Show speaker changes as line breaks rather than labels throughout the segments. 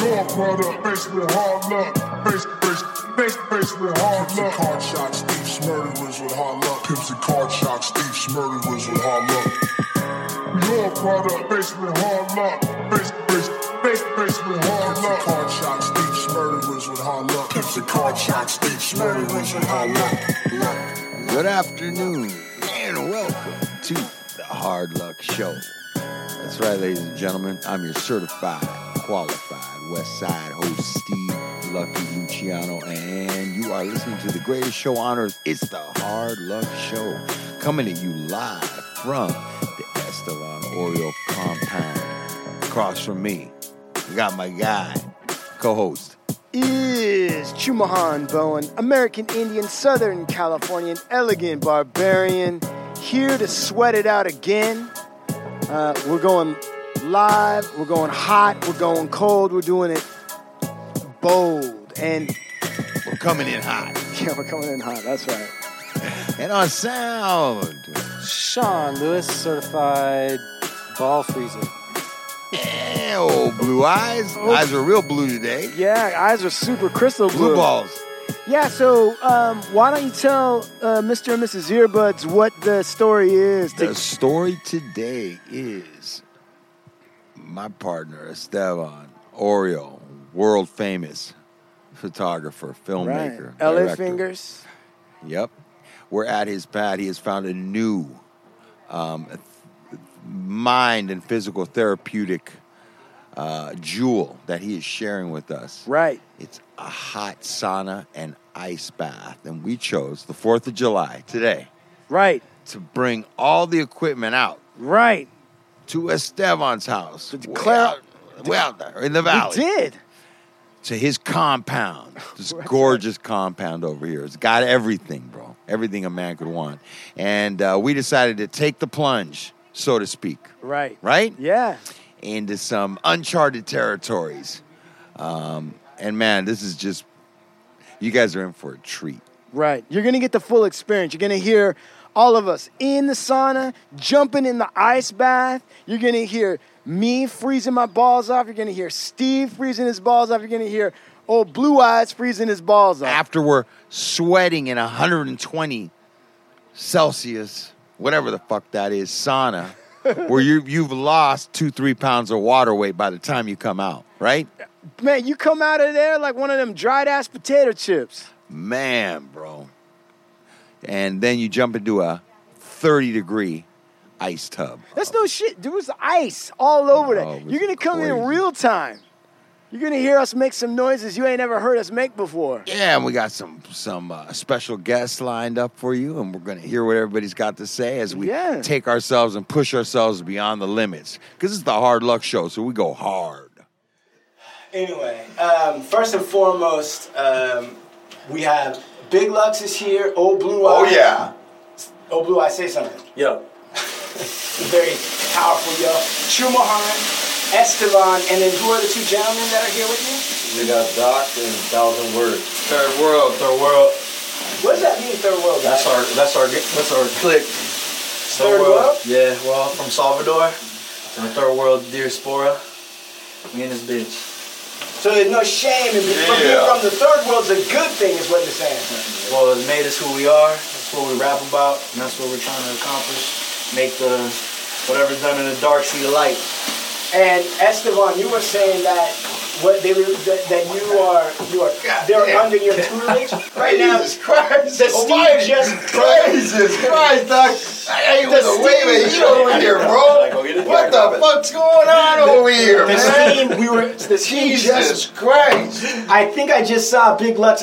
Your product faced with hard luck. Face, face, face, face with hard luck.
Pimps and card shots, thieves, murderers with hard luck. Pimps and card shots, thieves, murderers with hard luck.
Your product faced with hard luck. Face, face, face, face with hard
Pimps and
luck.
card shots, thieves, murderers with hard luck. Pimps and card shots, thieves, murderers with hard luck. luck.
Good afternoon and welcome to the Hard Luck Show. That's right, ladies and gentlemen. I'm your certified, qualified West Side host, Steve Lucky Luciano, and you are listening to the greatest show on earth. It's the Hard Luck Show, coming to you live from the Estevan Oreo compound. Across from me, we got my guy, co-host.
is Chumahan Bowen, American Indian, Southern Californian, elegant barbarian, here to sweat it out again. Uh, we're going live, we're going hot, we're going cold, we're doing it bold. And
We're coming in hot.
yeah, we're coming in hot, that's right.
And our sound
Sean Lewis, certified ball freezer.
Yeah, old blue eyes.
Oh.
Eyes are real blue today.
Yeah, eyes are super crystal blue.
Blue balls.
Yeah, so um, why don't you tell uh, Mr. and Mrs. Earbuds what the story is?
The story today is my partner, Esteban Oriol, world famous photographer,
right.
filmmaker.
LA
director.
Fingers.
Yep. We're at his pad. He has found a new um, th- mind and physical therapeutic uh, jewel that he is sharing with us.
Right.
It's a hot sauna and ice bath. And we chose the 4th of July today
Right.
to bring all the equipment out
Right.
to Esteban's house.
Did you
way
clear-
out- way out there in the valley.
We did.
To his compound. This gorgeous compound over here. It's got everything, bro. Everything a man could want. And uh, we decided to take the plunge, so to speak,
Right.
right?
Yeah.
Into some uncharted territories. Um, and man, this is just, you guys are in for a treat.
Right. You're going to get the full experience. You're going to hear all of us in the sauna, jumping in the ice bath. You're going to hear me freezing my balls off. You're going to hear Steve freezing his balls off. You're going to hear old Blue Eyes freezing his balls off.
after we're sweating in 120 Celsius, whatever the fuck that is, sauna, where you you've lost two three pounds of water weight by the time you come out, right?
Man, you come out of there like one of them dried ass potato chips.
Man, bro. And then you jump into a 30 degree ice tub.
That's no shit. There was ice all over
Oh, it
that.
was
You're going to come in
crazy.
real time. You're going to hear us make some noises you ain't never heard us make before.
Yeah, and we got some some uh, special guests lined up for you, and we're gonna hear what everybody's got to say as we
Yeah.
take ourselves and push ourselves beyond the limits. Because it's the hard luck show, so we go hard.
Anyway, um, first and foremost, um, we have Big Lux is here. Old Blue
Oh,
Oh,
Eye. Old Blue Eye, say something.
Yo,
Very powerful, yo. Chumahan, Esteban, and then who are the two gentlemen that are here with you?
We got Doc and Thousand Words.
third world.
Third World.
What does that mean, third world?
That's
Guys?
our that's our that's our clique.
Third world?
Yeah, we're all from Salvador. And the third world diaspora. Me and this bitch.
So there's no shame in being from, being
Yeah.
from the third world's a good thing, is what you're saying.
Well, it made us who we are. That's what we rap about, and that's what we're trying to accomplish. Make the whatever's done in the dark see the light.
And Esteban, you were saying that what they were, that, that you are you are
God
they're
damn.
under your tutelage right now.
Jesus Christ.
The Steve just
Jesus Christ, Doc. I ain't with a wave of heat over here, bro. What the fuck's going on over here,
The
man?
steam, we were the steam
Jesus
just.
Christ.
I think I just saw Big Lux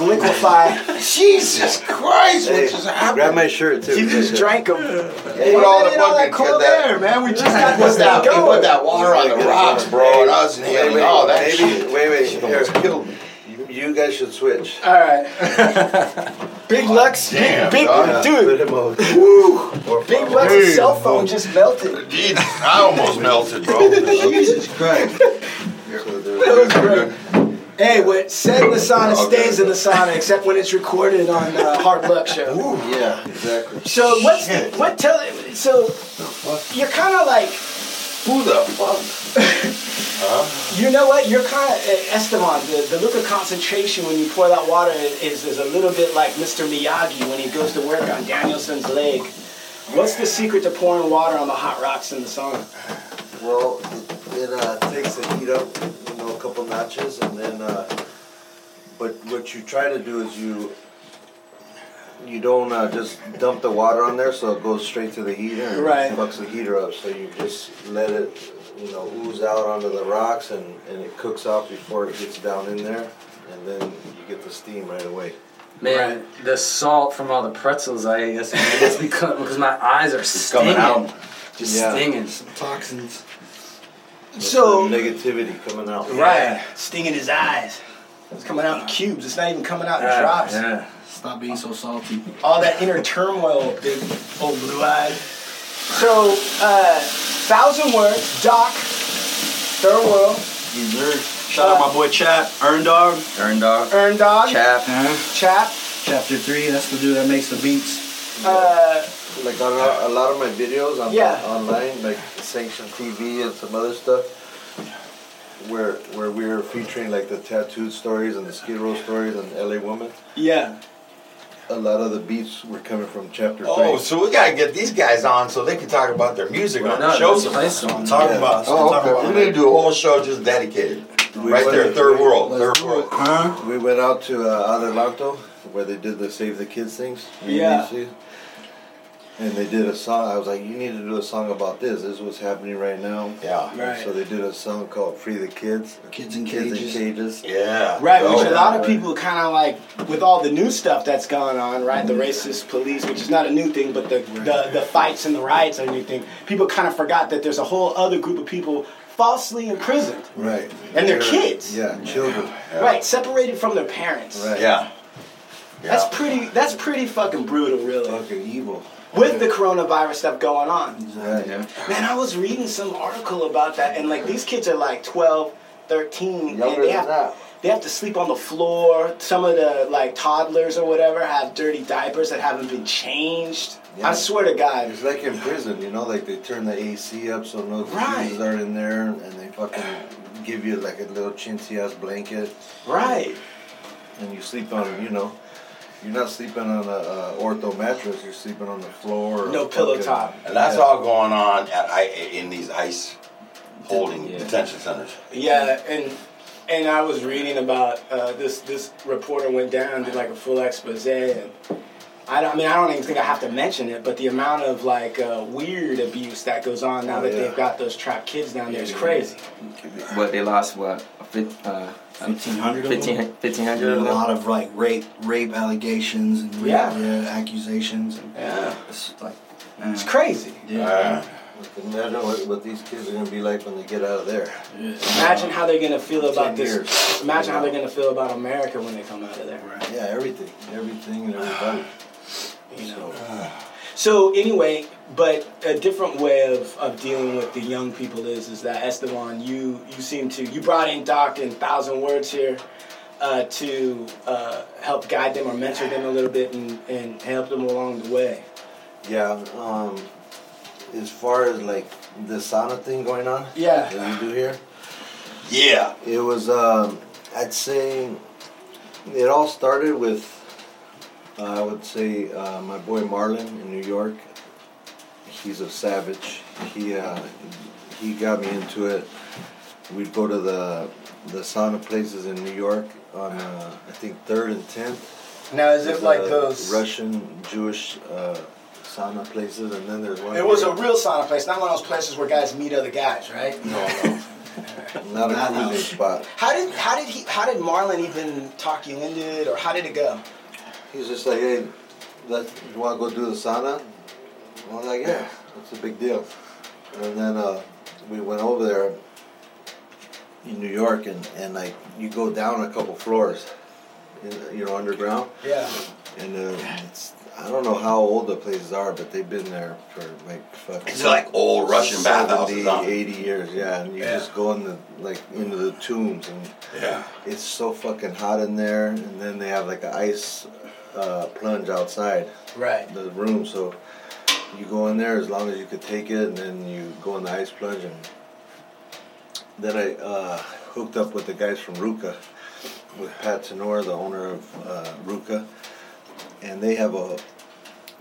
liquefy.
Jesus Christ, what just
Grab
happened?
my shirt too.
You just drank them.
Put all the fucking-
cold
that-
air, man. We just got
He put
this
that,
thing
he put
going.
that water on the rocks, bro, and I was
Wait,
inhaling
wait,
all that
maybe,
shit.
wait, wait. Here, you, you guys should switch.
All right. Big Lux,
damn,
big,
dog.
big dude.
Put him over.
Woo.
Or
Big Lux's cell phone just melted.
Jesus, I almost melted, bro. Jesus Christ.
So
That
there-
was great. Hey, what said in the sauna stays in the sauna, except when it's recorded on uh, Hard Luck Show.
Yeah, exactly.
So what's what tell so you're kind of like
Who the fuck?
You know what? You're kind of eh, Esteban. The, the liquor concentration when you pour that water is is a little bit like Mr. Miyagi when he goes to work on Danielson's leg. What's the secret to pouring water on the hot rocks in the sauna?
Well, it, it uh, takes the heat up, you know, a couple notches, and then. Uh, but what you try to do is you. You don't uh, just dump the water on there, so it goes straight to the heater and
Right.
fucks the heater up. So you just let it, you know, ooze out onto the rocks, and, and it cooks off before it gets down in there, and then you get the steam right away.
Man, the salt from all the pretzels I ate yesterday it's because, because my eyes are stinging.
coming out.
Just
Yeah.
stinging.
Toxins.
That's
So-
the negativity coming out.
Right, stinging his eyes. It's coming out in cubes. It's not even coming out in
Yeah,
drops.
Yeah.
Stop being so salty.
all that inner turmoil, big old blue eyed. So, uh, thousand words, Doc, Third World,
Yes, sir. Shout out my boy Chap, Earn Dog. Uh-huh.
Turn dog.
Earn Dog,
Chap.
Chap.
Chapter three. That's the dude that makes the beats.
Uh,
Like on a, a lot of my videos on
Yeah.
online, like Sanction TV and some other stuff, where where we were featuring like the tattooed stories and the Skid Row stories and LA Woman.
yeah.
A lot of the beats were coming from Chapter Three.
Oh, so we gotta get these guys on so they can talk about their music on
No,
the show.
let's
sometime.
play some.
I'm talking about.
Oh,
I'm talking
okay.
about- We need to do a whole show just dedicated. Right
Oh.
there, third world, third world.
Huh?
We went out to uh, Adelanto where they did the Save the Kids things.
Yeah.
BBC. And they did a song. I was like, you need to do a song about this. This is what's happening right now.
Yeah.
Right.
So they did a song called "Free the Kids."
Kids in Cages.
in cages.
Yeah.
Right,
Oh,
which a lot of people kind of like with all the new stuff that's going on, right? The
Mm-hmm.
racist police, which is not a new thing, but the the, the fights and the riots are a new thing. People kind of forgot that there's a whole other group of people falsely imprisoned,
Right.
and they're kids,
Yeah, children.
right? Separated from their parents.
Right.
Yeah. Yeah.
That's pretty. That's pretty fucking brutal, really.
Fucking evil.
With the coronavirus stuff going on,
Right.
man, I was reading some article about that, and like these kids are like 12, 13, and
Younger
they
than
have
that.
they have to sleep on the floor. Some of the like toddlers or whatever have dirty diapers that haven't been changed.
Yeah.
I swear to God.
It's like in prison, you know, like they turn the AC up so no
Right.
diseases are in there, and they fucking give you like a little chintzy ass blanket,
Right.
and you sleep on, you know, you're not sleeping on a, a ortho mattress. You're sleeping on the floor. or
No
a
pillow
fucking-
top.
And that's all going on at I, in these ICE holding detention centers.
Yeah, and and I was reading about uh, this. This reporter went down did like a full expose, and I, don't, I mean I don't even think I have to mention it, but the amount of like uh, weird abuse that goes on now
Oh,
that
yeah.
they've got those trapped kids down there is crazy.
What they lost? What? a fif- uh,
Fifteen hundred.
15 1500
There's
of
a
them?
lot of like rape, rape allegations and rape, uh,
Yeah.
yeah. accusations. And
Yeah,
it's like, man.
it's crazy.
Yeah.
Imagine what, what these kids are gonna be like when they get out of there.
Imagine how they're gonna feel about
Ten
this.
years.
Imagine how they're gonna feel about America when they come out of there.
Yeah, everything, everything, and everybody.
You know. So anyway, but a different way of, of dealing with the young people is is that Esteban, you you seem to you brought in Doc in thousand words here uh, to uh, help guide them or mentor them a little bit and, and help them along the way.
Yeah. Um, as far as like the sauna thing going on
Yeah.
that we do here,
Yeah.
it was. Um, I'd say it all started with. Uh, I would say uh, my boy Marlon in New York. He's a savage. He uh, he got me into it. We'd go to the the sauna places in New York on uh, I think third and tenth.
Now is it
There's
like
a
those?
Uh, Russian Jewish uh, sauna places, and then there's one.
It was
here.
a real sauna place, not one of those places where guys meet other guys, right?
no, no, not a cruising spot.
How did how did he how did Marlon even talk you into it, or how did it go?
He's just like, hey, let you want to go do the sauna? I was like, yeah, that's a big deal. And then uh, we went over there in New York, and, and like you go down a couple floors, you- you know, underground.
Yeah.
And uh, it's, I don't know how old the places are, but they've been there for like fucking.
It's like old Russian bathhouses,
70,
huh?
80 years, yeah. And you
Yeah.
just go in the like into the tombs, and
Yeah.
it's so fucking hot in there. And then they have like an ice uh, plunge outside
Right.
the room, so you go in there as long as you could take it, and then you go in the ice plunge and Then I uh, hooked up with the guys from Ruka, with Pat Tenor, the owner of uh, Ruka, and they have a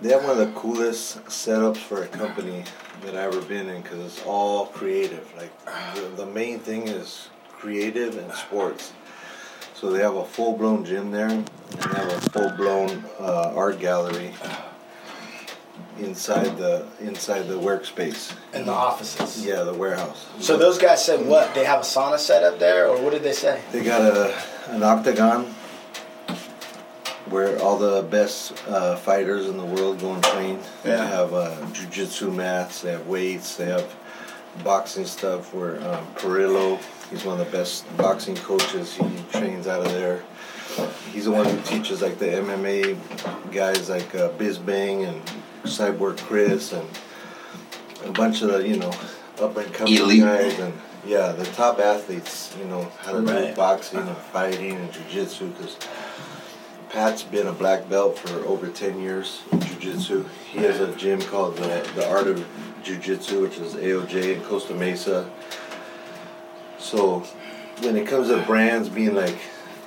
they have one of the coolest setups for a company that I've ever been in because it's all creative. Like the, the main thing is creative and sports. So they have a full blown gym there, and they have a full blown uh, art gallery inside the inside the workspace
and the offices.
Yeah, the warehouse.
So those guys said what? They have a sauna set up there, or what did they say?
They got a an octagon where all the best uh, fighters in the world go and train. They
Yeah.
have uh, jujitsu mats. They have weights. They have boxing stuff. Where um, Perillo, he's one of the best boxing coaches. He trains out of there. He's the one who teaches like the MMA guys like uh, Bisbang and Cyborg Chris and a bunch of the you know up and coming
Elite.
guys and yeah the top athletes you know how to do
Right.
boxing and fighting and jiu-jitsu because pat's been a black belt for over 10 years in jiu-jitsu he has a gym called the, the art of jiu-jitsu which is aoj in costa mesa so when it comes to brands being like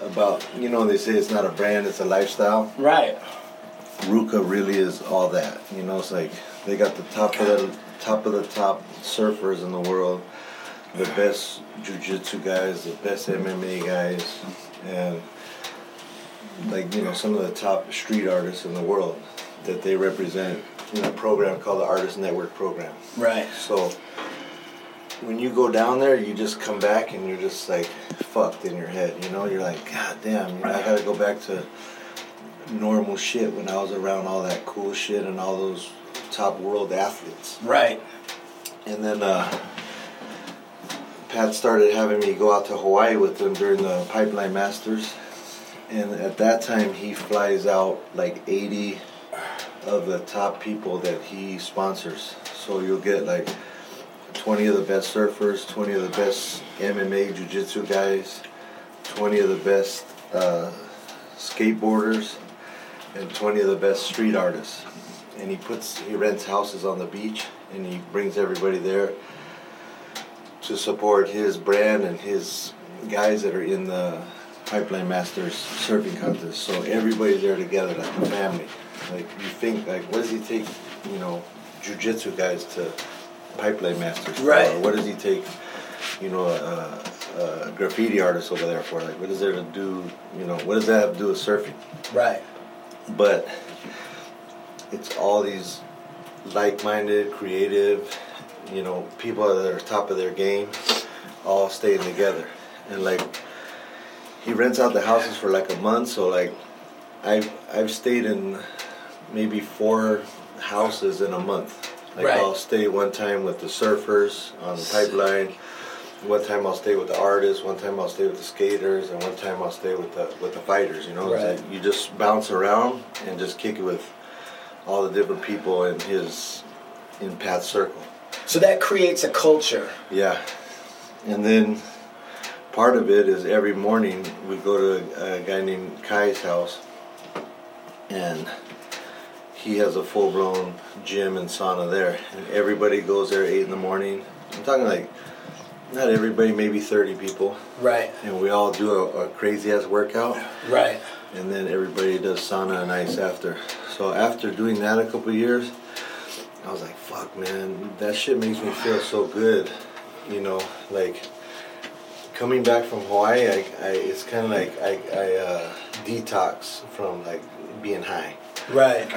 about you know they say it's not a brand it's a lifestyle
Right.
Ruka really is all that. You know, it's like they got the top of the top of the top surfers in the world, the best jujitsu guys, the best MMA guys, and like you know some of the top street artists in the world that they represent in a program called the Artist Network Program.
Right.
So when you go down there, you just come back and you're just like fucked in your head. You know, you're like, God damn, you know, I gotta go back to normal shit when I was around all that cool shit and all those top world athletes.
Right.
And then uh, Pat started having me go out to Hawaii with him during the Pipeline Masters. And at that time, he flies out like 80 of the top people that he sponsors. So you'll get like 20 of the best surfers, 20 of the best MMA jiu jitsu guys, 20 of the best uh, skateboarders, and 20 of the best street artists. And he puts, he rents houses on the beach and he brings everybody there to support his brand and his guys that are in the Pipeline Masters surfing contest. So everybody's there together, like a family. Like you think, like what does he take, you know, jujitsu guys to Pipeline Masters? for?
Right.
Or what does he take, you know, a, a graffiti artist over there for? Like what is there to do, you know, what does that have to do with surfing?
Right.
but it's all these like-minded, creative, you know, people that are top of their game, all staying together. And like, he rents out the houses for like a month, so like, I've I've stayed in maybe four houses in a month. Like
Right.
I'll stay one time with the surfers on the pipeline. One time I'll stay with the artists, one time I'll stay with the skaters, and one time I'll stay with the with the fighters. You know, It's
Right.
like you just bounce around and just kick it with all the different people in his in Pat's circle.
So that creates a culture.
Yeah, and then part of it is every morning we go to a, a guy named Kai's house, and he has a full blown gym and sauna there, and everybody goes there eight in the morning. I'm talking like not everybody, maybe thirty people,
Right.
and we all do a, a crazy ass workout
Right.
and then everybody does sauna and ice after. So after doing that a couple years, I was like, fuck, man, that shit makes me feel so good. You know, like coming back from Hawaii, I, I it's kind of like I, I uh, detox from like being high.
Right.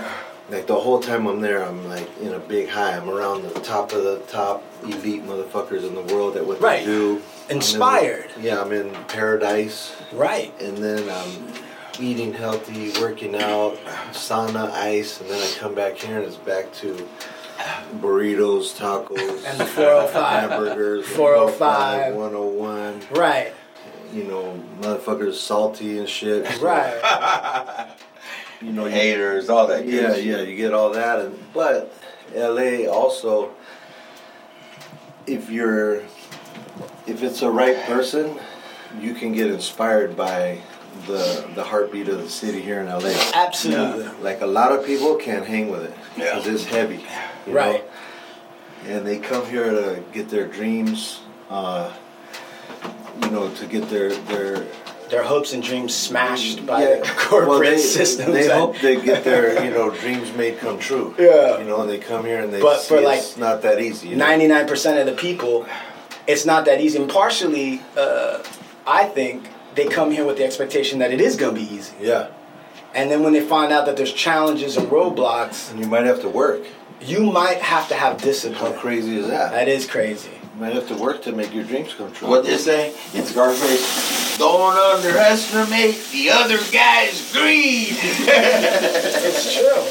Like the whole time I'm there, I'm like in a big high. I'm around the top of the top elite motherfuckers in the world at what
Right.
they do. I'm in-
Inspired.
yeah, I'm in paradise
Right.
and then I'm eating healthy, working out, sauna, ice, and then I come back here and it's back to burritos, tacos,
And the 405.
hamburgers,
405.
101,
Right.
you know, motherfuckers salty and shit.
Right.
You know, you-
Haters, all that good
yeah,
shit.
yeah, you get all that, and but LA also, if you're, if it's a right person, you can get inspired by the the heartbeat of the city here in LA.
Absolutely.
Like a lot of people can't hang with it
Yeah.
because it's heavy, you know?
Right.
And they come here to get their dreams uh, you know, to get their their
their hopes and dreams smashed by
Yeah,
the corporate
well, they,
systems.
They
and-
hope they get their you know dreams made come true.
Yeah.
you know, and they come here and they
But
see
for, like,
it's not that easy. you know?
99% of the people, it's not that easy. And partially, uh, I think they come here with the expectation that it is going to be easy.
Yeah,
And then when they find out that there's challenges and roadblocks,
and you might have to work.
you might have to have discipline.
How crazy is that?
That is crazy.
You might have to work to make your dreams come true.
What they say in Scarface, don't underestimate the other guy's greed.
It's true.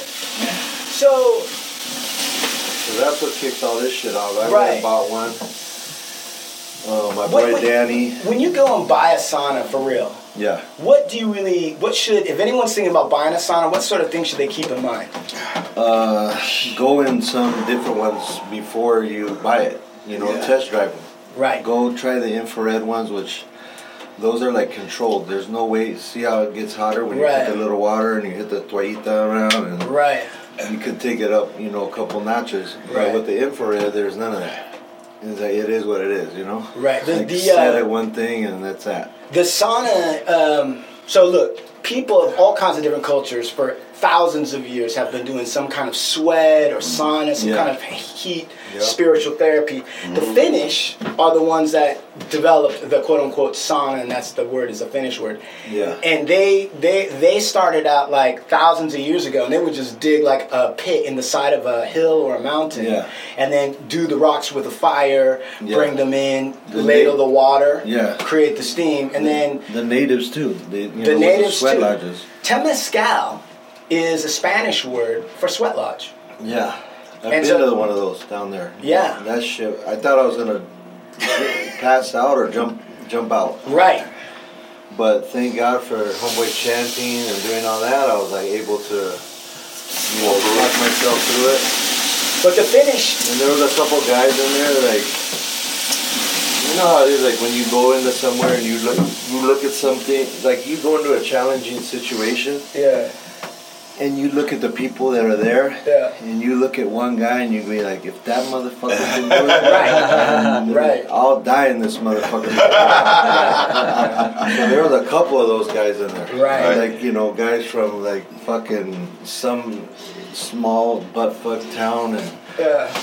So,
So that's what kicked all this shit off. I
Right.
right. bought one. Oh, my
What-
boy
what-
Danny.
when you go and buy a sauna for real,
Yeah.
what do you really, what should, if anyone's thinking about buying a sauna, what sort of things should they keep in mind?
Uh, go in some different ones before you buy it. You know,
Yeah.
test drive them.
Right.
Go try the infrared ones, which those are like controlled. There's no way. See how it gets hotter when you
Right.
put the little water and you hit the toallita around, and
Right.
you could take it up, you know, a couple notches.
Right.
But with the infrared, there's none of that. It's like, it is what it is, you know.
Right. The,
Like
the,
set
uh,
at one thing and that's that.
The sauna. Um, so look, people of all kinds of different cultures for thousands of years have been doing some kind of sweat or sauna, some
Yeah.
kind of heat,
Yeah. Mm-hmm.
spiritual therapy. The Finnish are the ones that developed the quote unquote sauna, and that's the word is a Finnish word.
Yeah.
And they they they started out like thousands of years ago, and they would just dig like a pit in the side of a hill or a mountain,
Yeah.
and then do the rocks with a fire,
Yeah.
bring them in,
The
ladle
na-
the water,
Yeah.
create the steam, and then
The natives too. They, you know,
the
with
natives
sweat
too.
lodges.
Temescal is a Spanish word for sweat lodge.
Yeah. I've
And
been
so-
to one of those down there.
Yeah.
That shit. I thought I was gonna pass out or jump jump out,
Right.
but thank God for homeboy chanting and doing all that. I was like able to, you know, rock myself through it.
But the Finnish,
And there was a couple guys in there like you know how it is like when you go into somewhere and you look you look at something like you go into a challenging situation
yeah,
and you look at the people that are there
Yeah.
and you look at one guy and you be like if that motherfucker can do it
right, right.
I'll die in this motherfucker. so there was a couple of those guys in there.
Right.
Like, you know, guys from like fucking some small butt fuck town and
Yeah,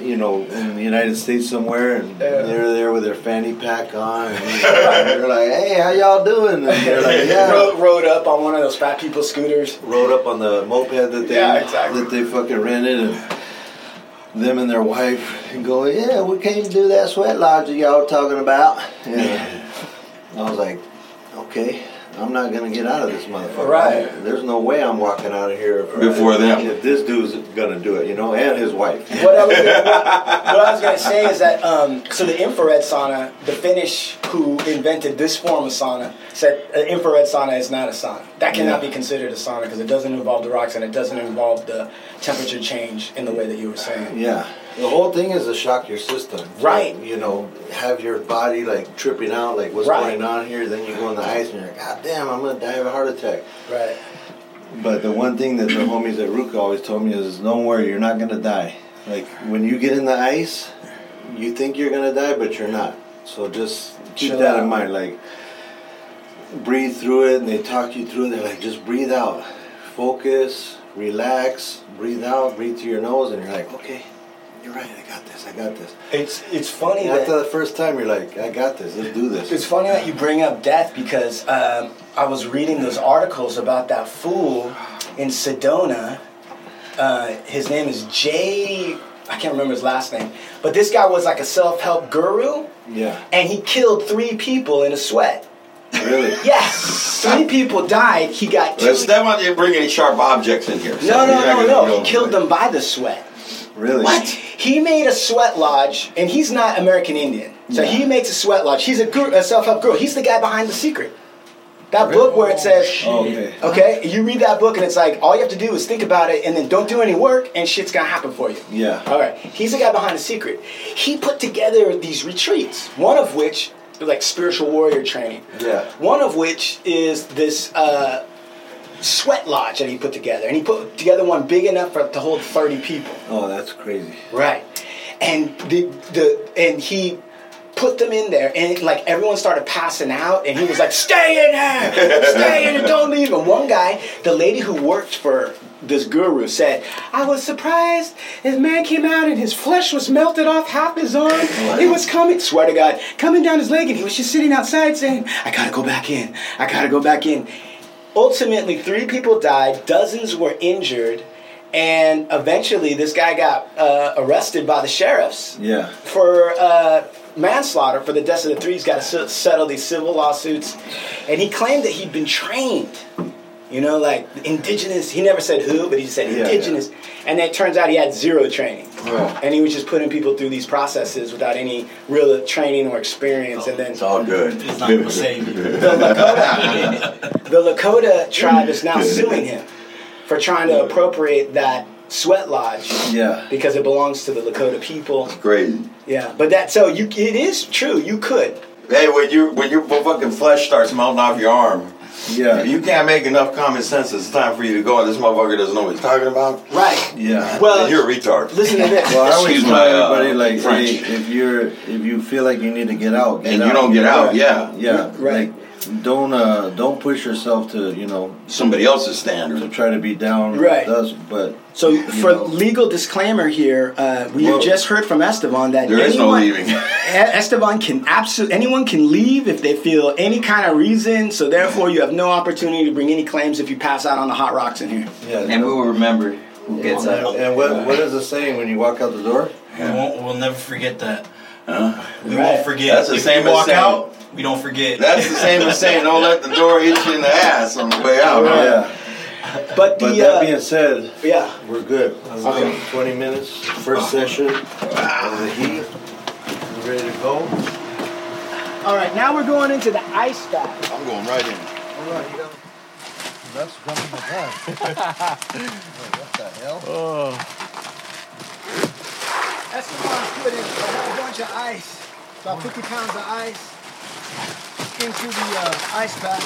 you know, in the United States somewhere, and
Yeah.
they're there with their fanny pack on, and they're like, "Hey, how y'all doing?" And they're like, "Yeah."
Rode, rode up on one of those fat people scooters.
Rode up on the moped that they
Yeah, exactly.
that they fucking rented, and them and their wife and go, "Yeah, we came to do that sweat lodge that y'all talking about." And I was like, "Okay." I'm not gonna get out of this motherfucker.
Right.
There's no way I'm walking out of here
Before them.
If this dude's gonna do it, you know, and his wife.
What I was gonna, what, what I was gonna say is that um, so the infrared sauna, the Finnish who invented this form of sauna said an infrared sauna is not a sauna. That cannot
Yeah.
be considered a sauna because it doesn't involve the rocks and it doesn't involve the temperature change in the way that you were saying.
Yeah. The whole thing is to shock your system.
Right.
You know, have your body like tripping out, like what's
Right.
going on here. Then you go in the ice and you're like, God damn, I'm going to die of a heart attack.
Right.
But the one thing that the homies at Ruka always told me is don't worry, you're not going to die. Like when you get in the ice, you think you're going to die, but you're not. So just keep
Chill
that
out.
in mind. Like breathe through it and they talk you through it. They're like, just breathe out, focus, relax, breathe out, breathe through your nose. And you're like, okay, you're right, I got this, I got this.
It's it's funny that
After the first time, you're like, I got this, let's do this.
It's funny that you bring up death because um, I was reading those articles about that fool in Sedona. Uh, his name is Jay. I can't remember his last name, but this guy was like a self-help guru,
yeah,
and he killed three people in a sweat.
really.
Yes, three people died. He got two.
Let's them on didn't bring any sharp objects in here. so
No,
you're
no,
not
no,
gonna
no.
know.
He killed them by the sweat.
Really?
He made a sweat lodge, and he's not American Indian. So he makes a sweat lodge. He's a, guru, a self-help guru. He's the guy behind The Secret. That book where it says,
Oh, okay.
okay, you read that book and it's like, all you have to do is think about it and then don't do any work and shit's gonna happen for you.
Yeah.
All right. He's the guy behind The Secret. He put together these retreats, one of which, like spiritual warrior training.
Yeah.
One of which is this uh, sweat lodge that he put together. And he put together one big enough for, to hold 30 people.
Oh, that's crazy.
Right. And the the and he put them in there, and like everyone started passing out, and he was like, "Stay in there, stay in there, don't leave." And one guy, the lady who worked for this guru, said, "I was surprised. This man came out, and his flesh was melted off half his arm. It was coming, swear to God, coming down his leg, and he was just sitting outside saying, "I gotta go back in. I gotta go back in." Ultimately, three people died, dozens were injured. And eventually, this guy got uh, arrested by the sheriffs
Yeah.
for uh, manslaughter for the deaths of the three. He's got to se- settle these civil lawsuits, and he claimed that he'd been trained. You know, like indigenous. He never said who, but he just said
Yeah, yeah.
indigenous. And then it turns out he had zero training,
Right.
and he was just putting people through these processes without any real training or experience. and then it's
all good. It's not gonna save you.
the Lakota tribe is now suing him for trying to appropriate that sweat lodge
Yeah.
because it belongs to the Lakota people.
Crazy.
Yeah, but that so you it is true. You could.
Hey, when you when your fucking flesh starts melting off your arm,
Yeah.
you can't make enough common sense. It's time for you to go. This motherfucker doesn't know what he's talking about.
Right.
Yeah.
Then
Well,
you're a retard.
listen to this.
Well, I always
Excuse my,
tell
uh,
everybody like,
French.
hey, if you're if you feel like you need to get out, get
And
out.
you don't get out, yeah.
yeah,
Right.
Like, don't uh, don't push yourself to you know
Somebody else's
to
standard.
try to be down.
Right.
Does but
So,
you
for
know.
legal disclaimer here, uh, we
Whoa.
just heard from Esteban that
There is no
anyone-
leaving.
E- Esteban can absolutely anyone can leave if they feel any kind of reason. So therefore, you have no opportunity to bring any claims if you pass out on the hot rocks in here.
yeah,
And we will remember who gets
and,
up.
and what what is the saying when you walk out the door?
We won't, we'll never forget that. we
Right.
won't forget.
That's the
if
same
we
as
walk
saying-
out, we don't forget.
That's the same as saying don't let the door hit you in the ass on the way out. man.
Yeah.
But the
But
uh,
that being said,
yeah,
we're good. Okay. Twenty minutes, first session of the heat. You ready to go?
all right. Now we're going into the ice bath.
I'm going right in.
Hold on, you got that's jumping the gun. what the hell?
Esteban put in a whole bunch of ice, about 50 pounds of ice, into the uh, ice bath.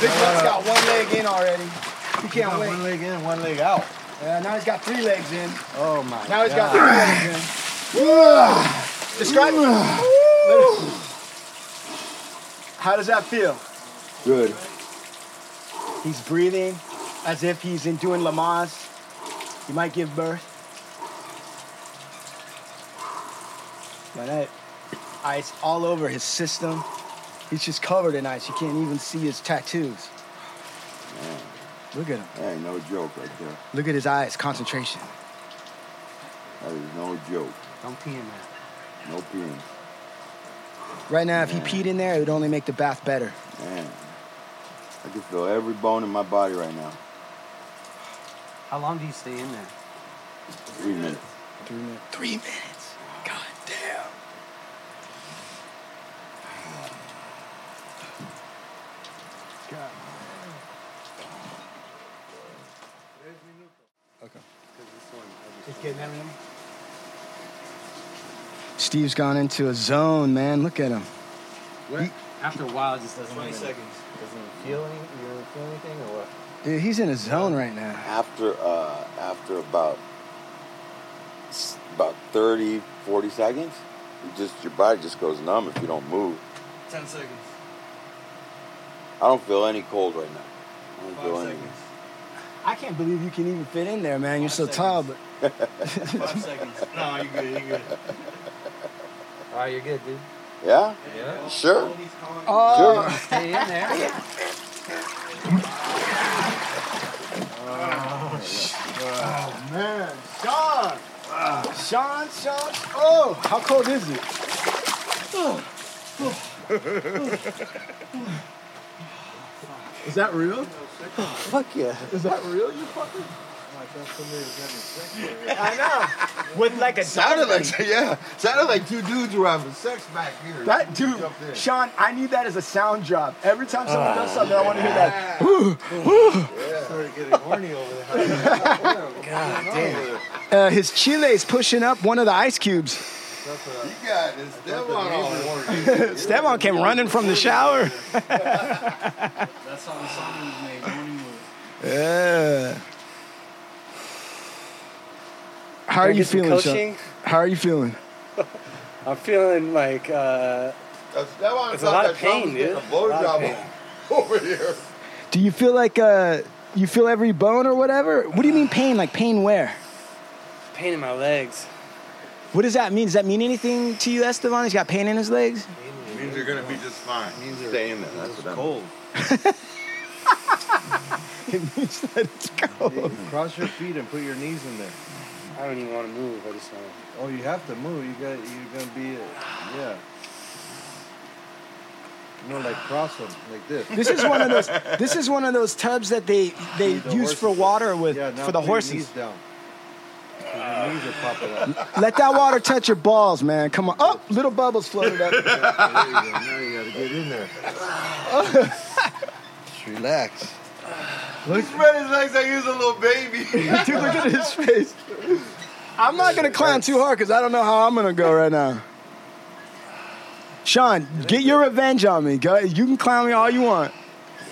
Big Buck's got one leg in already. He
You
can't
got one
wait.
leg in, one leg out.
Uh, now he's got three legs in.
Oh my
Now he's got three legs in. Describe Woo! How does that feel?
Good.
He's breathing as if he's in doing Lamaze. He might give birth. But that ice all over his system. He's just covered in ice. You can't even see his tattoos. Look at him.
That ain't no joke right there.
Look at his eyes. Concentration.
That is no joke.
Don't pee in there.
No peeing.
Right now, if he peed in there, it would only make the bath better.
Man. I can feel every bone in my body right now.
How long do you stay in there?
Three minutes.
Three minutes. Three minutes. God damn. God. It's getting everything. Steve's gone into a zone, man. Look at him.
After a while, it just doesn't. matter.
Doesn't he feel any, you don't feel anything or what?
Dude, he's in a zone right now.
After uh after about s- about 30, 40 seconds, you just your body just goes numb if you don't move.
Ten seconds.
I don't feel any cold right now. I don't feel any.
I can't believe you can even fit in there, man. You're so tall, but
Five seconds. No, you're good. You're good.
All right, you're good, dude.
Yeah?
Yeah.
Sure.
oh,
Stay in there.
man, Sean, Sean, Sean. Oh, how cold is it? Is that real?
Fuck yeah.
Is that real, you fucker? I know. With like a
Sounded like yeah, sounded like two dudes were having sex back here.
that dude,
Up there.
Sean. I need that as a sound drop. Every time someone
Ah.
does something, I want to hear that.
Started getting horny over there. God damn!
Uh, his chile is pushing up one of the ice cubes.
You got this devil on all horny.
Stevan came running from the shower.
That's how the song was made. Don't even move.
Yeah. How are you feeling, Sean? How are you feeling?
I'm feeling like uh,
That's, that one,
it's a lot of
that Trump
pain,
is
dude.
getting A blowjob over here.
Do you feel like uh, you feel every bone or whatever? What do you mean pain? Like pain where?
Pain in my legs.
What does that mean? Does that mean anything to you, Esteban? He's got pain in his legs?
means you're gonna be just fine. Means Stay in there. That's what I'm. Cold.
it means that it's cold.
Cross your feet and put your knees in there.
I don't even want to move. I just want
Oh, you have to move. You got. You're gonna be. Yeah. You know, like cross them like this.
This is one of those. This is one of those tubs that they they
The
use for water with
Yeah, now
for the
put Your knees
horses.
down. 'Cause Your knees are popping up.
Let that water touch your balls, man. Come on. Oh, little bubbles floated up.
There you go. Now you gotta get in there. Just relax.
He spread his legs like he was a little baby.
Dude, look at his face. I'm not gonna clown too hard because I don't know how I'm gonna go right now. Sean, get your revenge on me. Go, you can clown me all you want.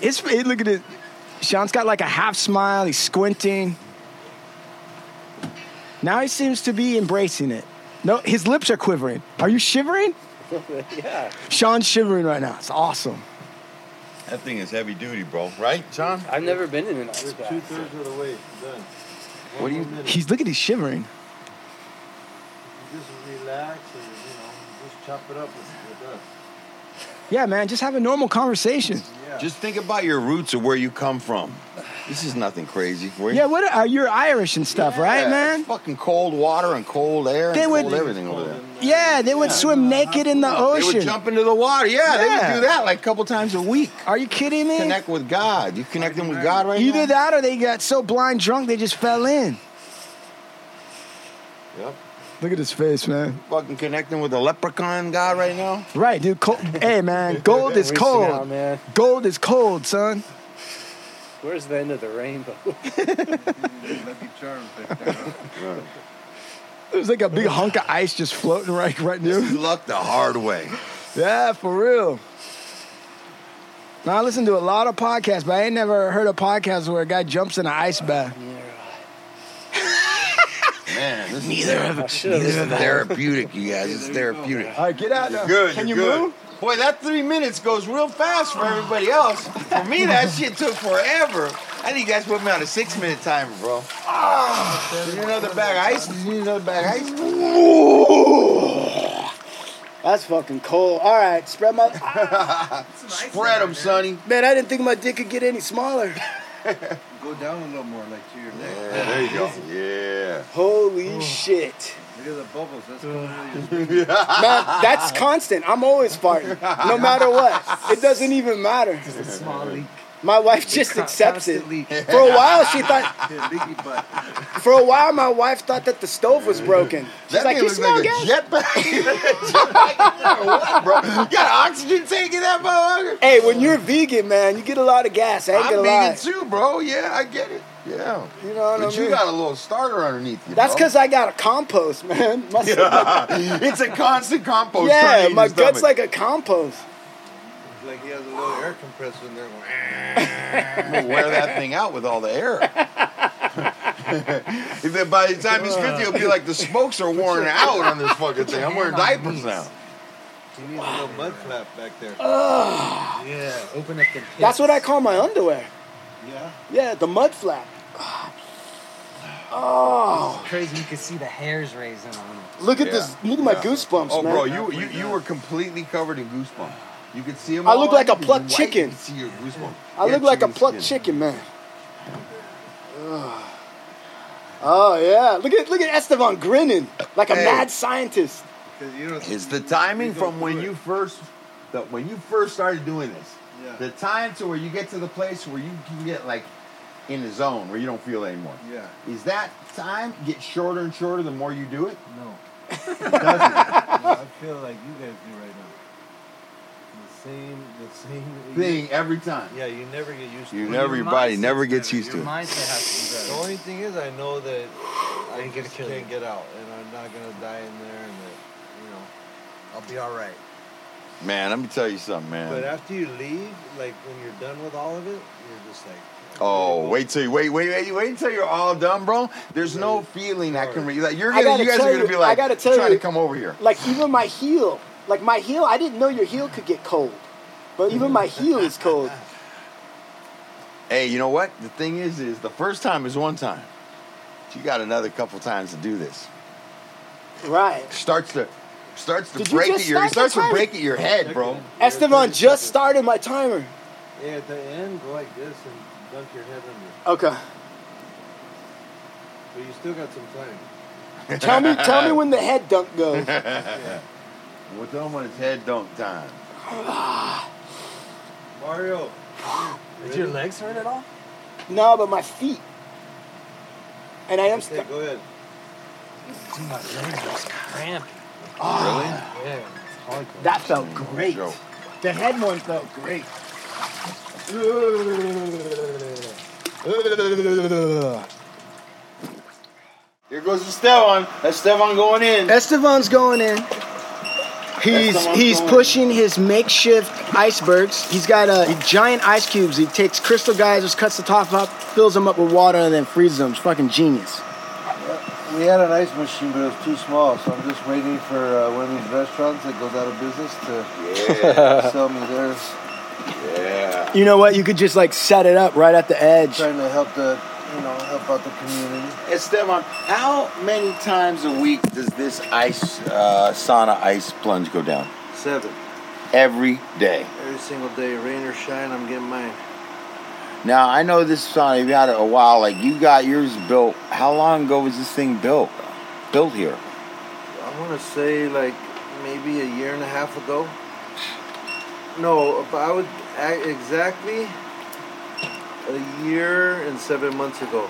It's it, look at it. Sean's got like a half smile. He's squinting. Now he seems to be embracing it. No, his lips are quivering. Are you shivering?
to. yeah.
Sean's shivering right now. It's awesome.
That thing is heavy duty, bro. Right, John?
I've never been in an ice bath.
Two thirds of the way done.
What do you? He's look at he's shivering.
Just relax and you know, just chop it up with, with us.
Yeah, man, just have a normal conversation.
Just think about your roots of where you come from.
This is nothing crazy for you.
Yeah, what are you're Irish and stuff, right,
Yeah,
man?
it's fucking cold water and cold air
They
and
would-
cold everything over there.
Yeah, they would swim naked in the
They
ocean.
would jump into the water. Yeah, they
Yeah.
would do that like a couple times a week.
Are you kidding me?
Connect with God. You connect them with God right
Either
now.
that or they got so blind drunk they just fell in.
Yep.
Look at his face, man.
Fucking connecting with a leprechaun God right now.
Right, dude. Cold. hey, man, gold is
Wasting
cold.
out, man.
Gold is cold, son.
Where's the end of the rainbow?
Lucky charms right there.
There's like a big hunk of ice just floating right, right near him.
Luck the hard way.
Yeah, for real. Now I listen to a lot of podcasts, but I ain't never heard a podcast where a guy jumps in an ice bath.
Man, this
Neither
is,
of-
this
neither
is
of us.
therapeutic, you guys. It's therapeutic.
All right, get out now.
Good.
Can
you're
you
good.
move?
Boy, that three minutes goes real fast for everybody else. For me, that shit took forever. I think you guys put me on a six minute timer, bro. Ah, you need another bag of ice? You need another bag of ice?
That's fucking cold. All right, spread my.
Spread them, sonny.
Man, I didn't think my dick could get any smaller.
Go down a little more, like to your neck.
Yeah, there you go. Yeah.
Holy shit.
Look at the bubbles. That's coming out of your
Man, that's constant. I'm always farting, no matter what. It doesn't even matter. My wife just accepts it. For a while, she thought. For a while, my wife thought that the stove was broken. She's
That
like,
thing
"You
looks
smell
like a
gas?"
What, bro? You got oxygen tank in that motherfucker?
Hey, when you're vegan, man, you get a lot of gas. I ain't
I'm
gonna
vegan
lie.
too, bro. Yeah, I get it. Yeah.
You know what
but
I
you
mean?
got a little starter underneath you.
That's
bro.
because I got a compost, man. My-
it's a constant compost.
yeah,
turning in
my
your
gut's
stomach.
like a compost.
neck. Like he has a little air compressor in there.
I'm gonna wear that thing out with all the air. and then by the time he's 50, it'll be like the spokes are worn out on this fucking thing. I'm wearing diapers now.
He needs a little mud flap back there.
Ugh.
yeah.
Open up the.
That's what I call my underwear.
Yeah.
Yeah, the mud flap.
Oh. Crazy, you can see the hairs raising on them.
Look at this. Look at my goosebumps,
Oh,
man.
bro, you, you you were completely covered in goosebumps. You could see them.
I
all
look
on
like
you.
a plucked
You're white,
chicken.
You can see your goosebumps.
I
Yeah,
look like a
chicken
plucked
skin.
chicken, man. Ugh. Oh yeah, look at look at Esteban grinning like a
Hey.
mad scientist.
It's the timing from when you first, the, when you first started doing this.
Yeah.
The time to where you get to the place where you can get like in the zone where you don't feel anymore.
Yeah.
Is that time get shorter and shorter the more you do it?
No. It doesn't. I feel like you guys do right now. The same, the same
Thing every time.
Yeah, you never get used to
You
it.
never- your body never gets used to it.
The only thing is, I know that I just can't get out, and I'm not gonna die in there, and that you know, I'll be all right.
Man, let me tell you something,
But
man.
after you leave, like when you're done with all of it, you're just like,
Oh, wait till you wait, wait, wait, wait until you're all done, bro. There's no feeling I can re- like, you're
I
gonna,
gotta
you guys
tell
are gonna
you-
be like
I gotta tell
trying
you-
to come over here.
Like even my heel, like my heel, I didn't know your heel could get cold, but even my heel is cold.
Hey, you know what? The thing is, is the first time is one time. You got another couple times to do this.
Right.
Starts to starts to
Did you
break
just
at your
start the
starts to
timer?
break at your head, bro.
Esteban just started my timer.
yeah, at the end, go like this and dunk your head under.
Okay.
But you still got some time.
Tell me, tell me when the head dunk goes.
What's on when it's head dunk time?
Mario.
Did your legs hurt at all?
No, but my feet. And I am.
Okay, go ahead.
Dude, my legs are cramping.
Ah,
Yeah.
That felt great. The head one felt great.
Here goes Esteban. Esteban going in.
Esteban's going in. He's
Esteban's
he's
going
pushing his makeshift icebergs. He's got uh, giant ice cubes. He takes crystal geysers, cuts the top up, fills them up with water, and then freezes them. It's fucking genius.
We had an ice machine, but it was too small, so I'm just waiting for uh, one of these restaurants that goes out of business to
Yeah.
sell me theirs.
Yeah.
You know what? You could just like set it up right at the edge.
Trying to help the, you know, help out the community.
Esteban, how many times a week does this ice uh, sauna ice plunge go down?
Seven.
Every day.
Every single day, rain or shine, I'm getting mine.
Now I know this sauna you've had it a while. Like you got yours built. How long ago was this thing built? Built here.
I want to say like maybe a year and a half ago. No, but I would I, exactly a year and seven months ago.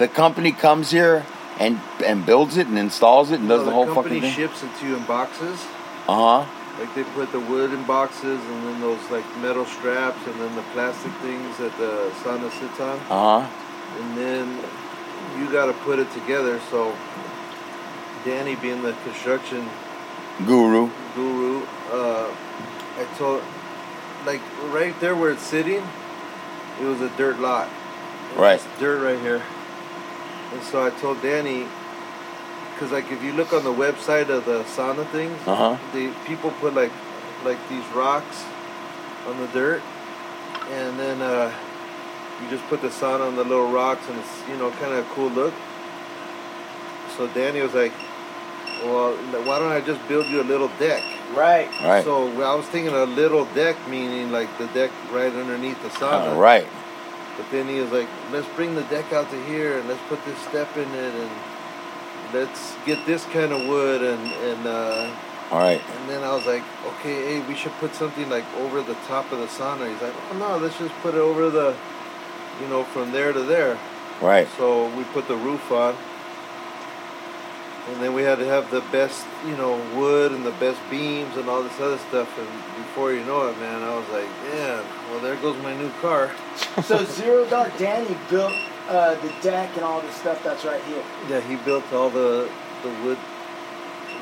The company comes here and and builds it and installs it and does
No,
the whole
company
fucking thing.
ships it to you in boxes.
Uh huh.
Like they put the wood in boxes and then those like metal straps and then the plastic things that the sauna sits on.
Uh huh.
And then you got to put it together. So Danny, being the construction
Guru.
guru, uh, I told, like right there where it's sitting, it was a dirt lot. It was
Right.
just Dirt right here. And so I told Danny, because like if you look on the website of the sauna things,
Uh-huh.
the people put like like these rocks on the dirt, and then uh, you just put the sauna on the little rocks, and it's you know kind of a cool look. So Danny was like, "Well, why don't I just build you a little deck?"
Right.
Right.
So I was thinking a little deck meaning like the deck right underneath the sauna.
All Uh, right.
But then he was like, let's bring the deck out to here and let's put this step in it and let's get this kind of wood and and uh,
All right.
and then I was like, okay, hey, we should put something like over the top of the sauna. He's like, oh no, let's just put it over the, you know, from there to there.
Right.
So we put the roof on. And then we had to have the best, you know, wood and the best beams and all this other stuff. And before you know it, man, I was like, yeah, well, there goes my new car.
so Zero Dark Danny built uh, the deck and all the stuff that's right here,
Yeah, he built all the the wood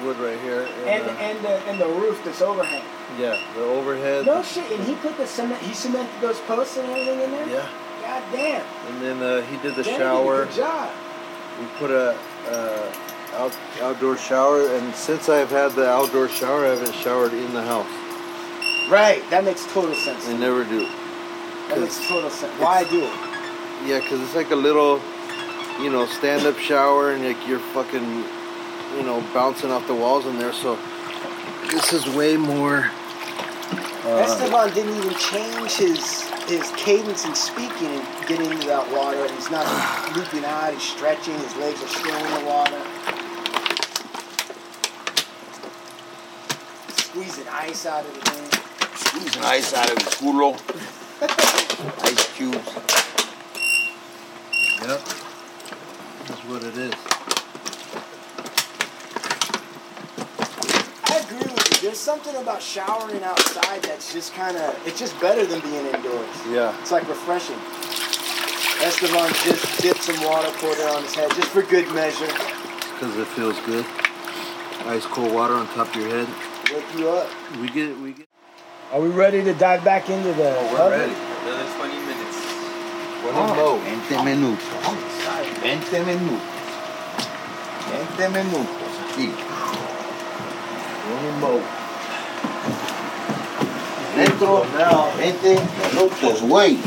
wood right here.
and
uh,
and the and the roof that's overhang.
yeah, the overhead.
No shit, and he put the cement. He cemented those posts and everything in there.
Yeah.
God damn.
And then uh, he did the
Danny
shower.
Did a good job.
We put a uh, out, outdoor shower, and since I've had the outdoor shower, I haven't showered in the house.
Right. That makes total sense.
I never do.
That makes total sense. Why do it?
Yeah, because it's like a little, you know, stand-up shower, and like you're fucking, you know, bouncing off the walls in there. So this is way more. Uh,
Esteban didn't even change his his cadence in speaking and getting into that water. He's not looping out. He's stretching. His legs are still in the water. Squeezing ice out of the thing.
Squeezing ice out of his culo. ice cubes.
yep, that's what it is.
I agree with you. There's something about showering outside that's just kind of it's just better than being indoors.
Yeah.
It's like refreshing. Esteban just dipped some water, poured it on his head, just for good measure.
Because it feels good. Ice cold water on top of your head.
With
you up.
We get we get.
Are we ready to dive back into the?
We're
hub?
ready.
Another 20 minutes.
Oh, 20 minutos. 20 minutos. 20 minutos aquí. Rumbo.
Dentro, now, 20 minutos, wait.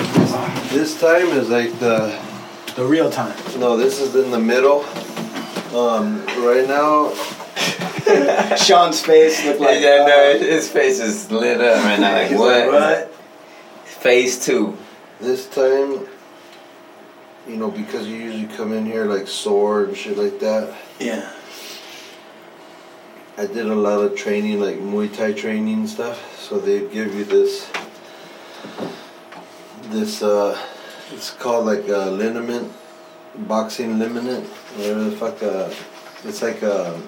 This time is like the.
The real time.
No, this is in the middle. Um, right now.
Sean's face looked like.
Yeah, no, his face is lit up right now. Like,
He's
what?
like,
Phase two.
This time, you know, because you usually come in here like sore and shit like that.
Yeah.
I did a lot of training, like Muay Thai training and stuff. So they give you this, this uh, it's called like a liniment, boxing liniment, whatever the fuck. Uh, it's like a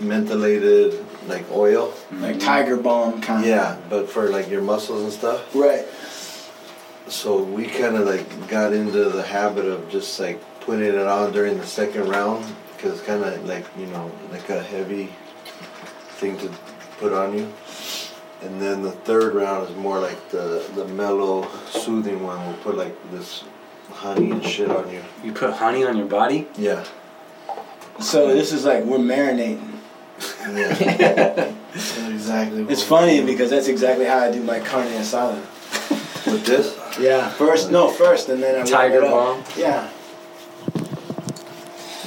mentholated like oil,
Like tiger balm kind.
Yeah, but for like your muscles and stuff.
Right.
So we kind of like got into the habit of just like putting it on during the second round because it's kind of like you know like a heavy thing to put on you. And then the third round is more like the the mellow, soothing one. We'll put like this honey and shit on you.
You put honey on your body?
Yeah.
So this is like we're marinating.
Yeah. exactly.
It's funny because that's exactly how I do my carne asada.
With this?
Yeah. First, no, first, and then I warm
Tiger
it up.
balm?
Yeah.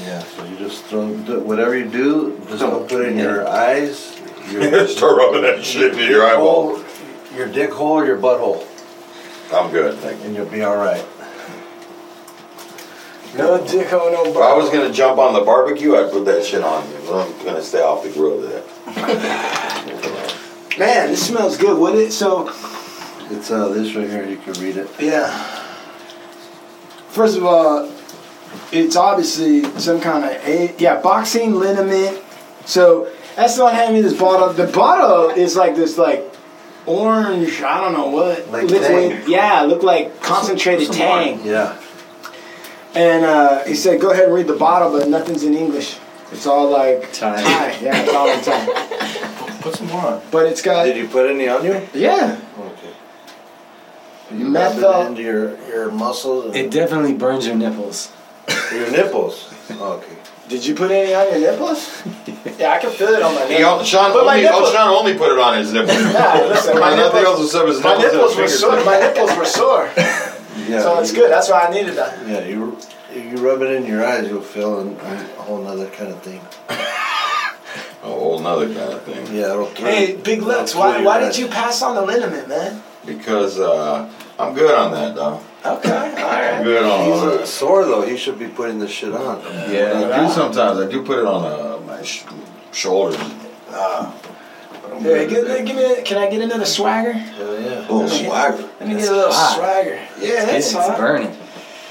Yeah. So you just throw do- whatever you do, just don't put it in your eyes. Your,
Start rubbing that shit in your
dick
eyeball.
hole, Your dick hole, your butthole,
I'm good, thank you.
and you'll be all right.
No dick hole, no
If I was gonna jump on the barbecue, I'd put that shit on me. But I'm gonna stay off the grill today.
Man, this smells good. What it? So
It's uh, this right here. You can read it.
yeah. First of all, it's obviously some kind of a, yeah boxing liniment. So that's not having this bottle. The bottle is like this like orange. I don't know what.
Like Tang.
Yeah, look like concentrated
Some
tang.
wine. Yeah.
And uh, he said, "Go ahead and read the bottle, but nothing's in English. It's all like Thai. Yeah, it's all in Thai.
Put some more on.
But it's got
Did you put any on you?
yeah,
Okay. You rub it into your, your muscles. And
It definitely burns your nipples.
Your nipples? Okay.
Did you put any on your nipples? yeah, I can feel it on my
He, al-
nipples.
Sean,
But my
only,
nipples-
oh, Sean only put it on his nipple.
Yeah, listen, my
nothing
nipples-
else was up his
my
nose and
nipples were
fingers.
sore. My nipples were sore.
Yeah.
So it's good. That's why I needed that.
Yeah, you if you rub it in your eyes, you'll feel an, a whole nother kind of thing.
A whole nother kind of thing.
Yeah, it'll throw.
Hey, Big Lutz, why, why did you pass on the liniment, man?
Because uh, I'm good on that, though. Okay, I'm good on
He's
all
uh,
that.
sore though. He should be putting this shit on.
Yeah, I do sometimes. I do put it on uh, my sh- shoulders.
Yeah, give, give me. A, can I get another swagger?
Hell yeah.
Oh, swagger.
Let me get a little
hot.
swagger. Yeah, that's
it's
hot.
burning.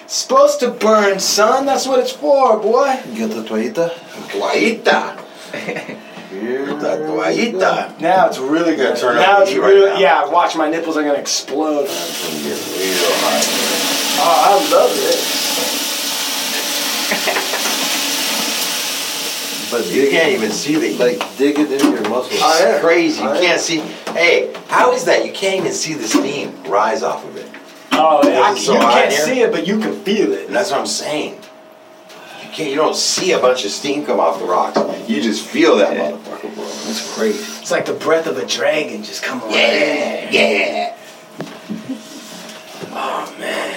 Supposed to burn, son. That's what it's for, boy.
Get the toallita.
Guaita.
The
toallita.
Now it's really
gonna
good.
turn up
now
the
it's
heat right
really
now.
yeah. Watch my nipples are gonna explode. Oh, I love this.
But
You can't even see the
like dig it in your muscles.
It's crazy. You can't see. Hey, how is that? You can't even see the steam rise off of it.
Oh,
Is
I,
it so
you
hot
can't
here?
see it, but you can feel it.
And that's what I'm saying. You can't. You don't see a bunch of steam come off the rocks. You just feel that motherfucker, bro. That's crazy.
It's like the breath of a dragon just coming. right
Yeah,
in.
yeah.
Oh man.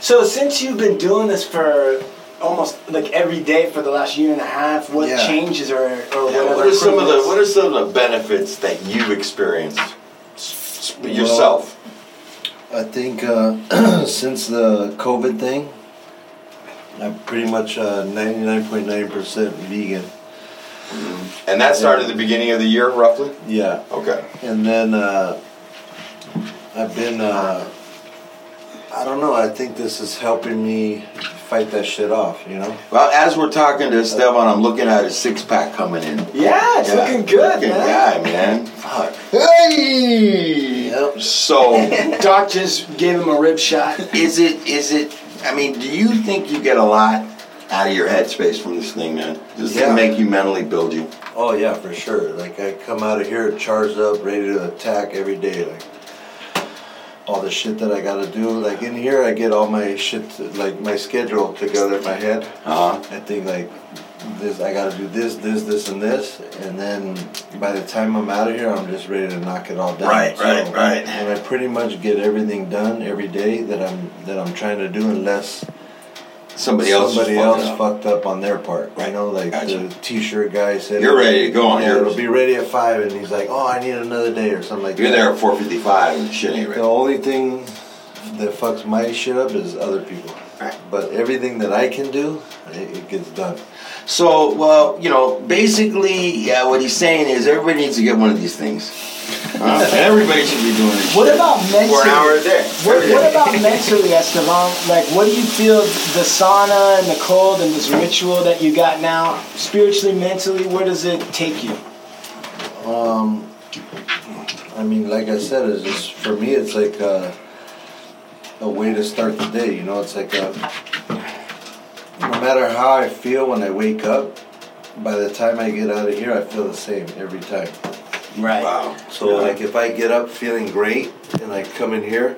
So since you've been doing this for almost like every day for the last year and a half, what
Yeah.
changes or or
Yeah,
whatever?
what are some of the What are some of the benefits that you've experienced s- s- yourself?
I think uh, since the COVID thing, I'm pretty much uh, 99.9% vegan.
And that started at the beginning of the year, roughly.
Yeah.
Okay.
And then uh, I've been, uh, I don't know, I think this is helping me fight that shit off, you know?
Well, as we're talking to Esteban, I'm looking at his six pack coming in.
Yeah, it's looking good,
Good guy,
man.
man. Fuck.
Hey.
So,
Doc just gave him a rib shot.
is it? Is it? I mean, do you think you get a lot
out of your headspace from this thing, man. Does this
Yeah.
thing make you mentally build you?
Oh yeah, for sure. Like I come out of here charged up, ready to attack every day. Like all the shit that I gotta do. Like in here, I get all my shit, like my schedule together in my head.
Uh-huh.
I think like this, I gotta do this, this, this, and this, and then by the time I'm out of here, I'm just ready to knock it all down.
Right, right, right.
And I pretty much get everything done every day that I'm that I'm trying to do, unless
Somebody else
somebody
fucked
else
it up.
fucked up on their part. You know, like the t-shirt guy said,
You're ready to go on
Yeah,
yours.
it'll be ready at five, and he's like, oh, I need another day or something like
You're
that.
there at 4:55 and shit ain't ready.
The only thing that fucks my shit up is other people. But everything that I can do, it, it gets done.
So, well, you know, basically, yeah, what he's saying is everybody needs to get one of these things. Huh? everybody should be doing this.
What
shit
about mentally?
For an hour a day.
What, what about mentally, Esteban? Like, what do you feel the sauna and the cold and this ritual that you got now, spiritually, mentally, where does it take you?
Um, I mean, like I said, it's just for me, it's like a, a way to start the day. You know, it's like a no matter how I feel when I wake up, by the time I get out of here, I feel the same every time.
Right.
Wow.
So, like, if I get up feeling great and I come in here,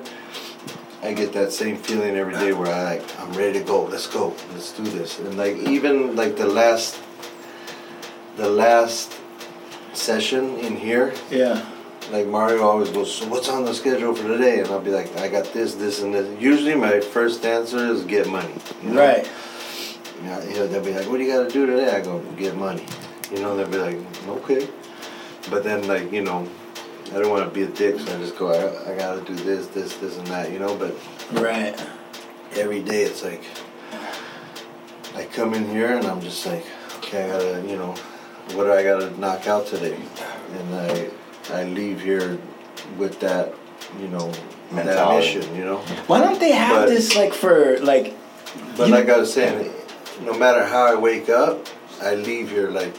I get that same feeling every day where I like I'm ready to go. Let's go. Let's do this. And like even like the last the last session in here.
Yeah.
Like Mario always goes, so what's on the schedule for today? And I'll be like, I got this, this, and this. Usually my first answer is get money.
Right.
You know, he'll- they'll be like, what do you got to do today? I go, get money. You know, they'll be like, okay. But then, like, you know, I don't want to be a dick, so I just go, I, I got to do this, this, this, and that, you know? But
Right.
every day it's like, I come in here and I'm just like, okay, I got to, you know, what do I got to knock out today? And I, I leave here with that, you know, that
Mentality.
mission, you know?
Why don't they have
But-
this, like, for, like,
but like I was saying, no matter how I wake up, I leave here like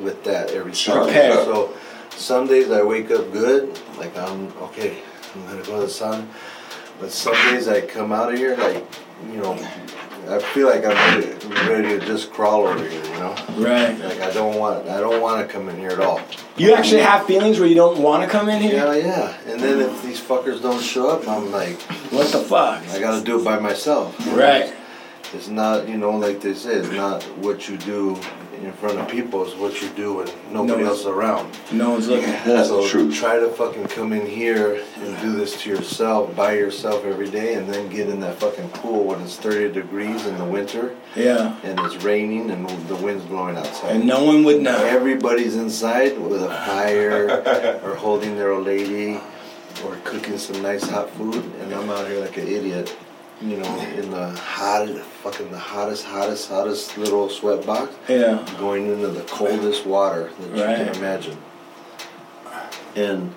with that every time.
Prepared.
So some days I wake up good, like I'm okay. I'm gonna go to the sun. But some days I come out of here like you know, I feel like I'm ready, ready to just crawl over here. You know,
Right.
Like I don't want I don't want to come in here at all.
you actually have feelings where you don't want to come in here?
Yeah, yeah. And then if these fuckers don't show up, I'm like,
what the fuck?
I gotta do it by myself.
Right.
It's not, you know, like they say, it's not what you do in front of people, it's what you do when nobody
No
else
one's-
is around.
no one's looking.
That's
so
true.
try to fucking come in here and do this to yourself, by yourself every day, and then get in that fucking pool when it's 30 degrees in the winter
Yeah.
and it's raining and the wind's blowing outside.
And no one would know.
Everybody's inside with a fire or holding their old lady or cooking some nice hot food, and I'm out here like an idiot, you know, in the hot, fucking the hottest, hottest, hottest little sweat box.
Yeah.
Going into the coldest water that you
Right.
can imagine. And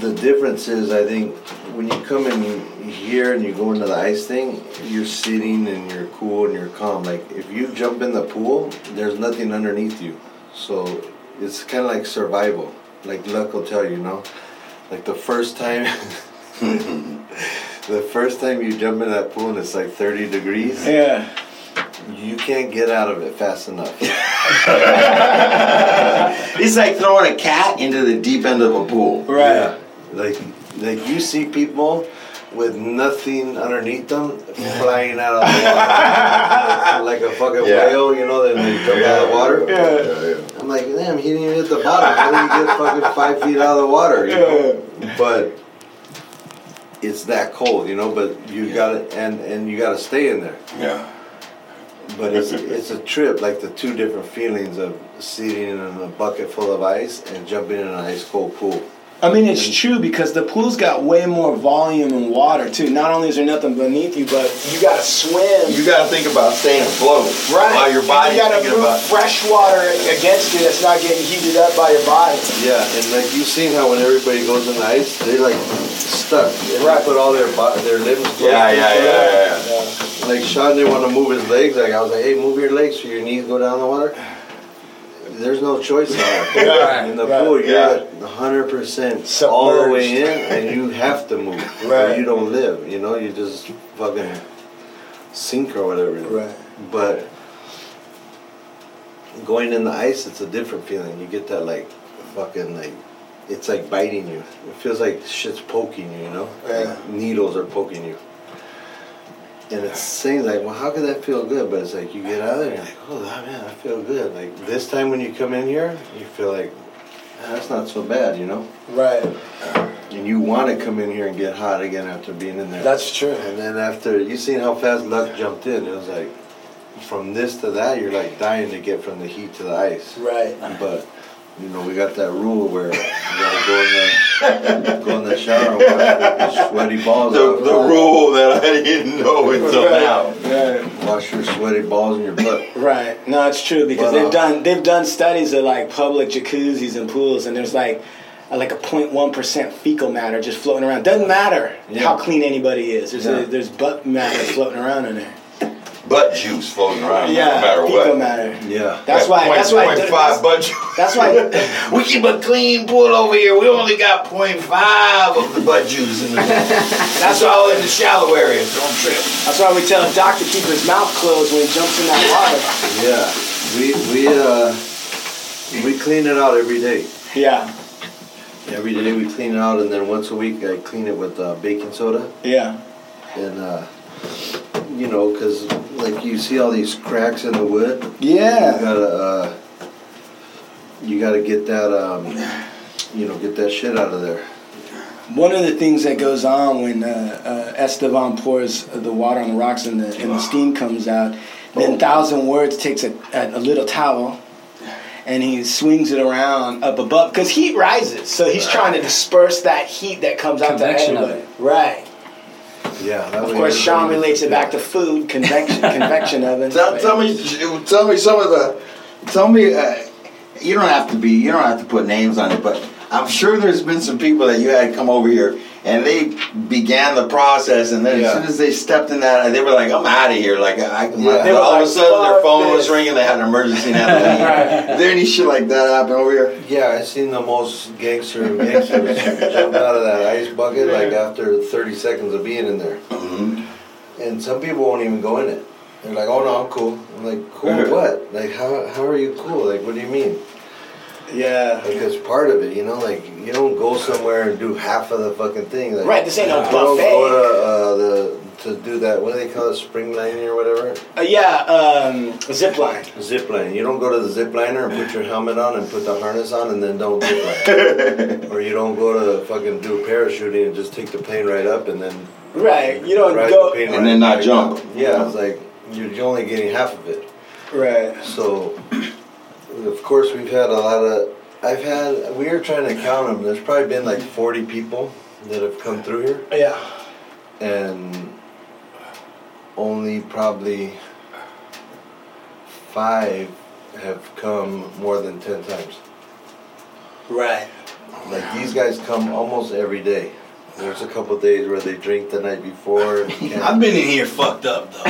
the difference is, I think, when you come in here and you go into the ice thing, you're sitting and you're cool and you're calm. Like if you jump in the pool, there's nothing underneath you, so it's kind of like survival. Like luck will tell you, you know. Like the first time, the first time you jump in that pool and it's like 30 degrees.
Yeah.
You can't get out of it fast enough.
It's like throwing a cat into the deep end of a pool.
Right.
Like like you see people with nothing underneath them flying out of the water like a fucking
Yeah.
whale, you know, that they come out of the water. I'm like, damn, he didn't even hit the bottom. How did he get fucking five feet out of the water? You know? But it's that cold, you know. But you got to and and you got to stay in there.
Yeah.
But it's it's a trip, like the two different feelings of sitting in a bucket full of ice and jumping in an ice cold pool.
I mean, it's true because the pool's got way more volume and water too. Not only is there nothing beneath you, but you gotta swim.
You gotta think about staying afloat
Right.
while your
And
body's
you gotta
thinking
move
about-
fresh water against you that's not getting heated up by your body.
Yeah, and like you've seen how when everybody goes in the ice, they're like stuck. They put all their bo- their limbs. close
Yeah,
to each
yeah,
other.
yeah, yeah,
Like Sean didn't want to move his legs. Like I was like, hey, move your legs so your knees go down the water. There's no choice on
Yeah.
it. In the
Right.
pool, you're
Yeah.
100% all the way in, and you have to move. Or
Right.
you don't live. You know, you just fucking sink or whatever. Right. But going in the ice, it's a different feeling. You get that like fucking like it's like biting you. It feels like shit's poking you. You know, like needles are poking you. And it's saying like, well, how could that feel good? But it's like you get out of there, and you're like, oh man, I feel good. Like this time when you come in here, you feel like "Ah, that's not so bad. You know,
Right.
and you want to come in here and get hot again after being in there.
That's true.
And then after you seen how fast luck jumped in, it was like from this to that, you're like dying to get from the heat to the ice.
Right.
But you know we got that rule where you gotta go in the go in the shower and wash your sweaty balls. The, the
rule that I didn't know until now.
Wash your sweaty balls and your butt.
Right. No, it's true because
Wow.
they've done they've done studies of like public jacuzzis and pools, and there's like a, like a 0.1 percent fecal matter just floating around. Doesn't matter how clean anybody is. There's
Yeah.
a, there's butt matter floating around in there.
Butt juice floating around no
Yeah,
matter
fecal
what.
matter.
Yeah.
That's why- that's why-
Point five butt juice.
That's why
we keep a clean pool over here. We only got 0.5 of the butt juice in the
That's
That's all in the shallow area. Don't trip.
That's why we tell a doctor to keep his mouth closed when he jumps in that water.
Yeah. We we uh we clean it out every day.
Yeah.
Every day we clean it out, and then once a week I clean it with uh, baking soda.
Yeah.
and uh, you know, because like you see all these cracks in the wood.
Yeah.
You gotta, uh, you gotta get that, um, you know, get that shit out of there.
One of the things that goes on when uh, uh, Esteban pours the water on the rocks and the, and the steam comes out, then Thousand Words takes a, a, a little towel and he swings it around up above because heat rises. So he's trying to disperse that heat that comes out
Convection
to
of
everybody. Right.
Oh, Yeah.
Of course, Sean relates it back to food, convection, convection oven.
Tell, tell me, tell me some of the, tell me. Uh, you don't have to be, you don't have to put names on it, but I'm sure there's been some people that you had come over here and they began the process, and then as
Yeah.
soon as they stepped in that, they were like, "I'm out of here!" Like, I,
Yeah. They were
all
like,
of a sudden their
"Fuck
phone was
this."
ringing, they had an emergency. And had to leave. Is there any shit like that happen over here?
Yeah, I seen the most gangster of gangsters jump out of that ice bucket like after 30 seconds of being in there. And some people won't even go in it. They're like, "Oh no, I'm cool." I'm like, "Cool what? Like, how how are you cool? Like, what do you mean?"
Yeah,
like it's part of it, you know. Like, you don't go somewhere and do half of the fucking thing. Like,
Right, this ain't no
you don't
buffet.
go to uh, the to do that. What do they call it? Spring lining or whatever.
Uh, yeah, um, zip line.
Zip line. You don't go to the zip liner and put your helmet on and put the harness on and then don't zip line. or you don't go to fucking do parachuting and just take the plane right up and then
Right. You don't
ride
go.
the plane
And
right-
then not
right
jump.
down. Yeah, it's like you're you're only getting half of it.
Right.
So, of course, we've had a lot of. I've had. We are trying to count them. There's probably been like 40 people that have come through here,
Yeah.
and only probably five have come more than 10 times.
Right.
Like these guys come almost every day. There's a couple days where they drink the night before. I've
been in here fucked up though.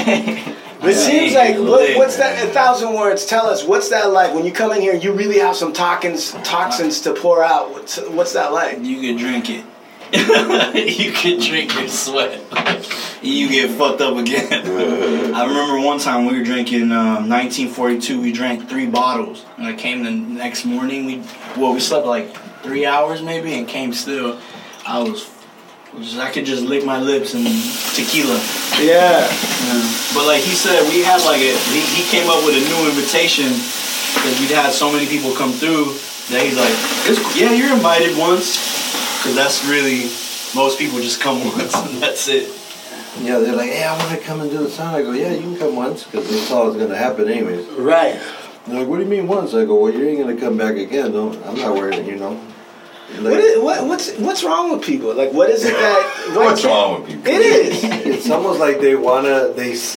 But it seems like what, what's that? A thousand words. Tell us what's that like when you come in here. You really have some toxins, toxins to pour out. What's, what's that like?
You can drink it. you can drink your sweat. You get fucked up again. I remember one time we were drinking um, 1942. We drank three bottles, and I came the next morning. We well, we slept like three hours maybe, and came still. I was, was- I could just lick my lips and tequila.
Yeah.
But like he said, we had like a he, he came up with a new invitation because we'd had so many people come through that he's like, it's, yeah, you're invited once. Because that's really, most people just come once and that's it.
Yeah, they're like, hey, I want to come and do the sound. I go, yeah, you can come once because they saw it was going to happen anyways.
Right.
They're like, what do you mean once? I go, well, you ain't going to come back again. Don't, I'm not worried, you know.
What, is, what what's what's wrong with people? Like what is it that?
What's
wrong
with
people? It is.
it's almost like they want to, they s-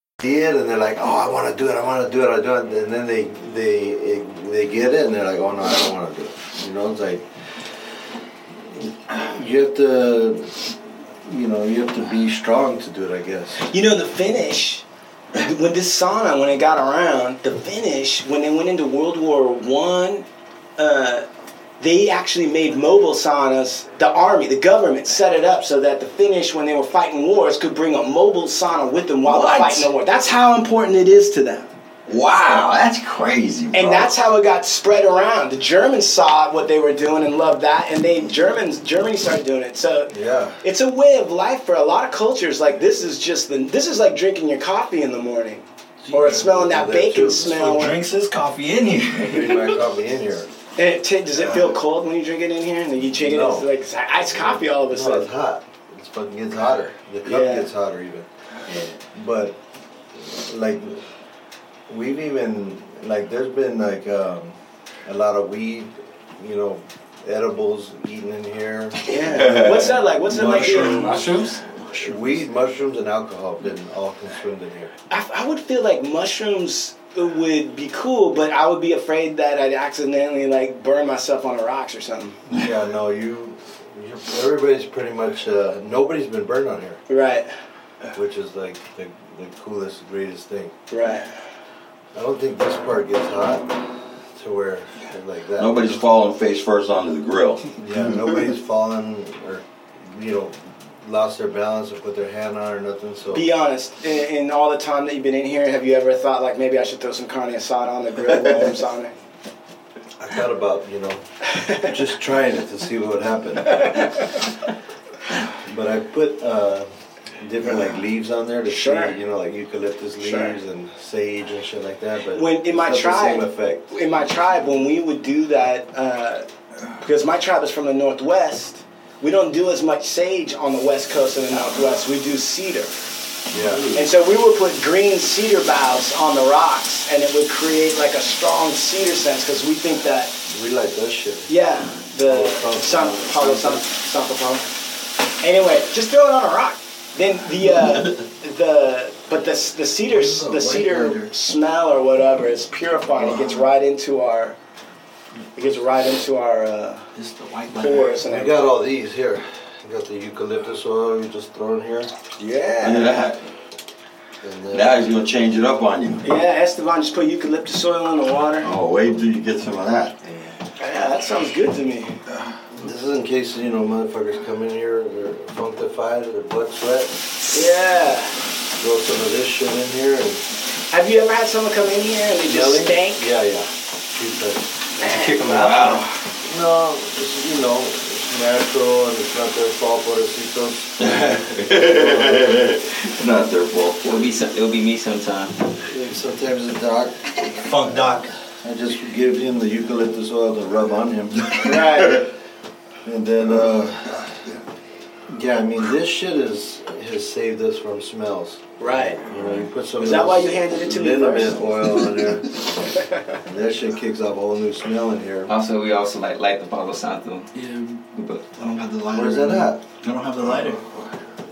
it and they're like, oh, I want to do it, I want to do it, I do it, and then they they they get it and they're like, oh no, I don't want to do it. You know, it's like you have to, you know, you have to be strong to do it, I guess.
You know, the finish, when this sauna, when it got around, the finish, when they went into World War One, uh, they actually made mobile saunas. The army, the government set it up so that the Finnish, when they were fighting wars, could bring a mobile sauna with them while
What?
they're fighting the war. That's how important it is to them.
Wow, that's crazy. Bro.
And that's how it got spread around. The Germans saw what they were doing and loved that, and they Germans Germany started doing it. So
Yeah.
it's a way of life for a lot of cultures. Like this is just the this is like drinking your coffee in the morning, or smelling that
that
bacon
too.
smell.
Who
drinks
his coffee in
Bring my coffee in here.
And it ta- does it feel cold when you drink it in here? And then you drink it,
Uh, No.
it's like it's iced coffee all of a
No,
sudden.
it's hot. It's fucking gets hotter. The cup
Yeah.
gets hotter even. But like we've even like there's been like um, a lot of weed, you know, edibles eaten in here.
Yeah. What's that like? What's that like here?
Mushrooms. Weed, mushrooms, and alcohol have been all consumed in here.
I, I would feel like mushrooms would be cool, but I would be afraid that I'd accidentally like burn myself on the rocks or something.
Yeah, no, you, you everybody's pretty much uh, nobody's been burned on here,
Right.
which is like the, the coolest, greatest thing.
Right.
I don't think this part gets hot to where it's like that.
Nobody's falling face first onto the grill.
Yeah, nobody's fallen or you know lost their balance or put their hand on or nothing. So
Be honest. In, in all the time that you've been in here, have you ever thought like maybe I should throw some carne asada on the grill while I'm on it?
I thought about you know just trying it to see what would happen. but I put uh, different like leaves on there to
Sure.
see you know like eucalyptus leaves
Sure.
and sage and shit like that. But
When in
it's
my
not the
tribe,
same effect.
in my tribe, when we would do that, uh, because my tribe is from the northwest, we don't do as much sage on the west coast and the northwest. We do cedar.
Yeah.
And so we would put green cedar boughs on the rocks, and it would create like a strong cedar sense because we think that,
We like that shit.
yeah, the San Pablo San, San Pablo. Anyway, just throw it on a rock. Then the uh, the but the the cedar the cedar smell or whatever is purifying. It gets right into our it gets right into our uh, pores and
I got all these here. You got the eucalyptus oil you just throw in here.
Yeah.
Look at that. Now he's gonna change it up on you.
Yeah, Esteban just put eucalyptus oil in the water.
Oh, wait till you get some of that.
Yeah, that sounds good to me.
This is in case you know motherfuckers come in here, they're functified, their butt sweat.
Yeah.
Throw some of this shit in here and
Have you ever had someone come in here and they just
Really?
stank?
Yeah, yeah. Keep that.
Kick 'em
out. No, it's, you know, it's natural and it's not their fault, pobrecitos.
Not their fault. It'll be some, it'll be me sometime.
Sometimes the doc, funk doc, I just give him the eucalyptus oil to rub on him.
Right.
and then, uh, yeah, I mean, this shit is has saved us from smells.
Right.
You know, you put some.
Is
of
that why
this
you handed it to me
little
first?
bit oil on there. and that shit kicks off a whole new smell in here.
Also, we also like light the Palo Santo. Yeah, but
I don't have the
Uh,
lighter.
Where's that at?
I don't have the lighter.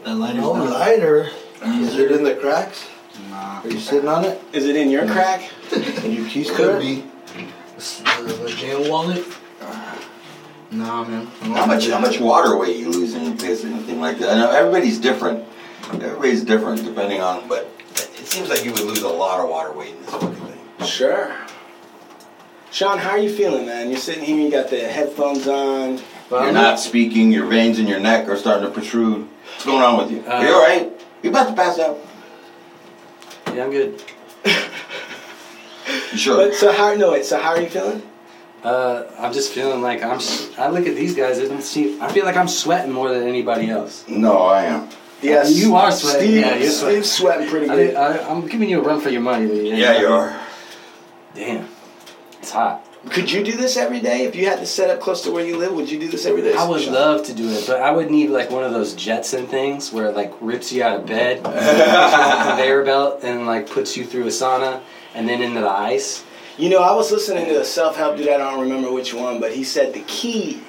That lighter's
No
not.
lighter. Is it in the cracks? Nah. Are you sitting on it?
Is it in your crack?
And you keep
Could be. It's The the jail wallet. Nah, man.
How much how much water weight you losing in case of anything like that? I know everybody's different. Everybody's different depending on but it seems like you would lose a lot of water weight in this fucking thing.
Sure. Sean, how are you feeling, man? You're sitting here, you got the headphones on.
You're
Uh-huh.
not speaking, your veins in your neck are starting to protrude. What's going on with you?
Uh,
Are you alright? You about to pass out.
Yeah, I'm good.
You sure?
But so how? No, wait. So how are you feeling?
Uh, I'm just feeling like I'm. s- I look at these guys. It doesn't seem. I feel like I'm sweating more than anybody else.
No, I am.
Yes.
you are sweating.
Steve,
yeah, you're sweating.
Steve's sweating pretty
I, uh,
good.
I, I'm giving you a run for your money. but
Yeah, you are.
Damn, it's hot.
Could you do this every day if you had to set up close to where you live? Would you do this every day?
I would
Sean?
love to do it, but I would need like one of those Jetson things where it like rips you out of bed, puts you on a conveyor belt, and like puts you through a sauna and then into the ice.
You know, I was listening to a self-help dude. I don't remember which one, but he said the key,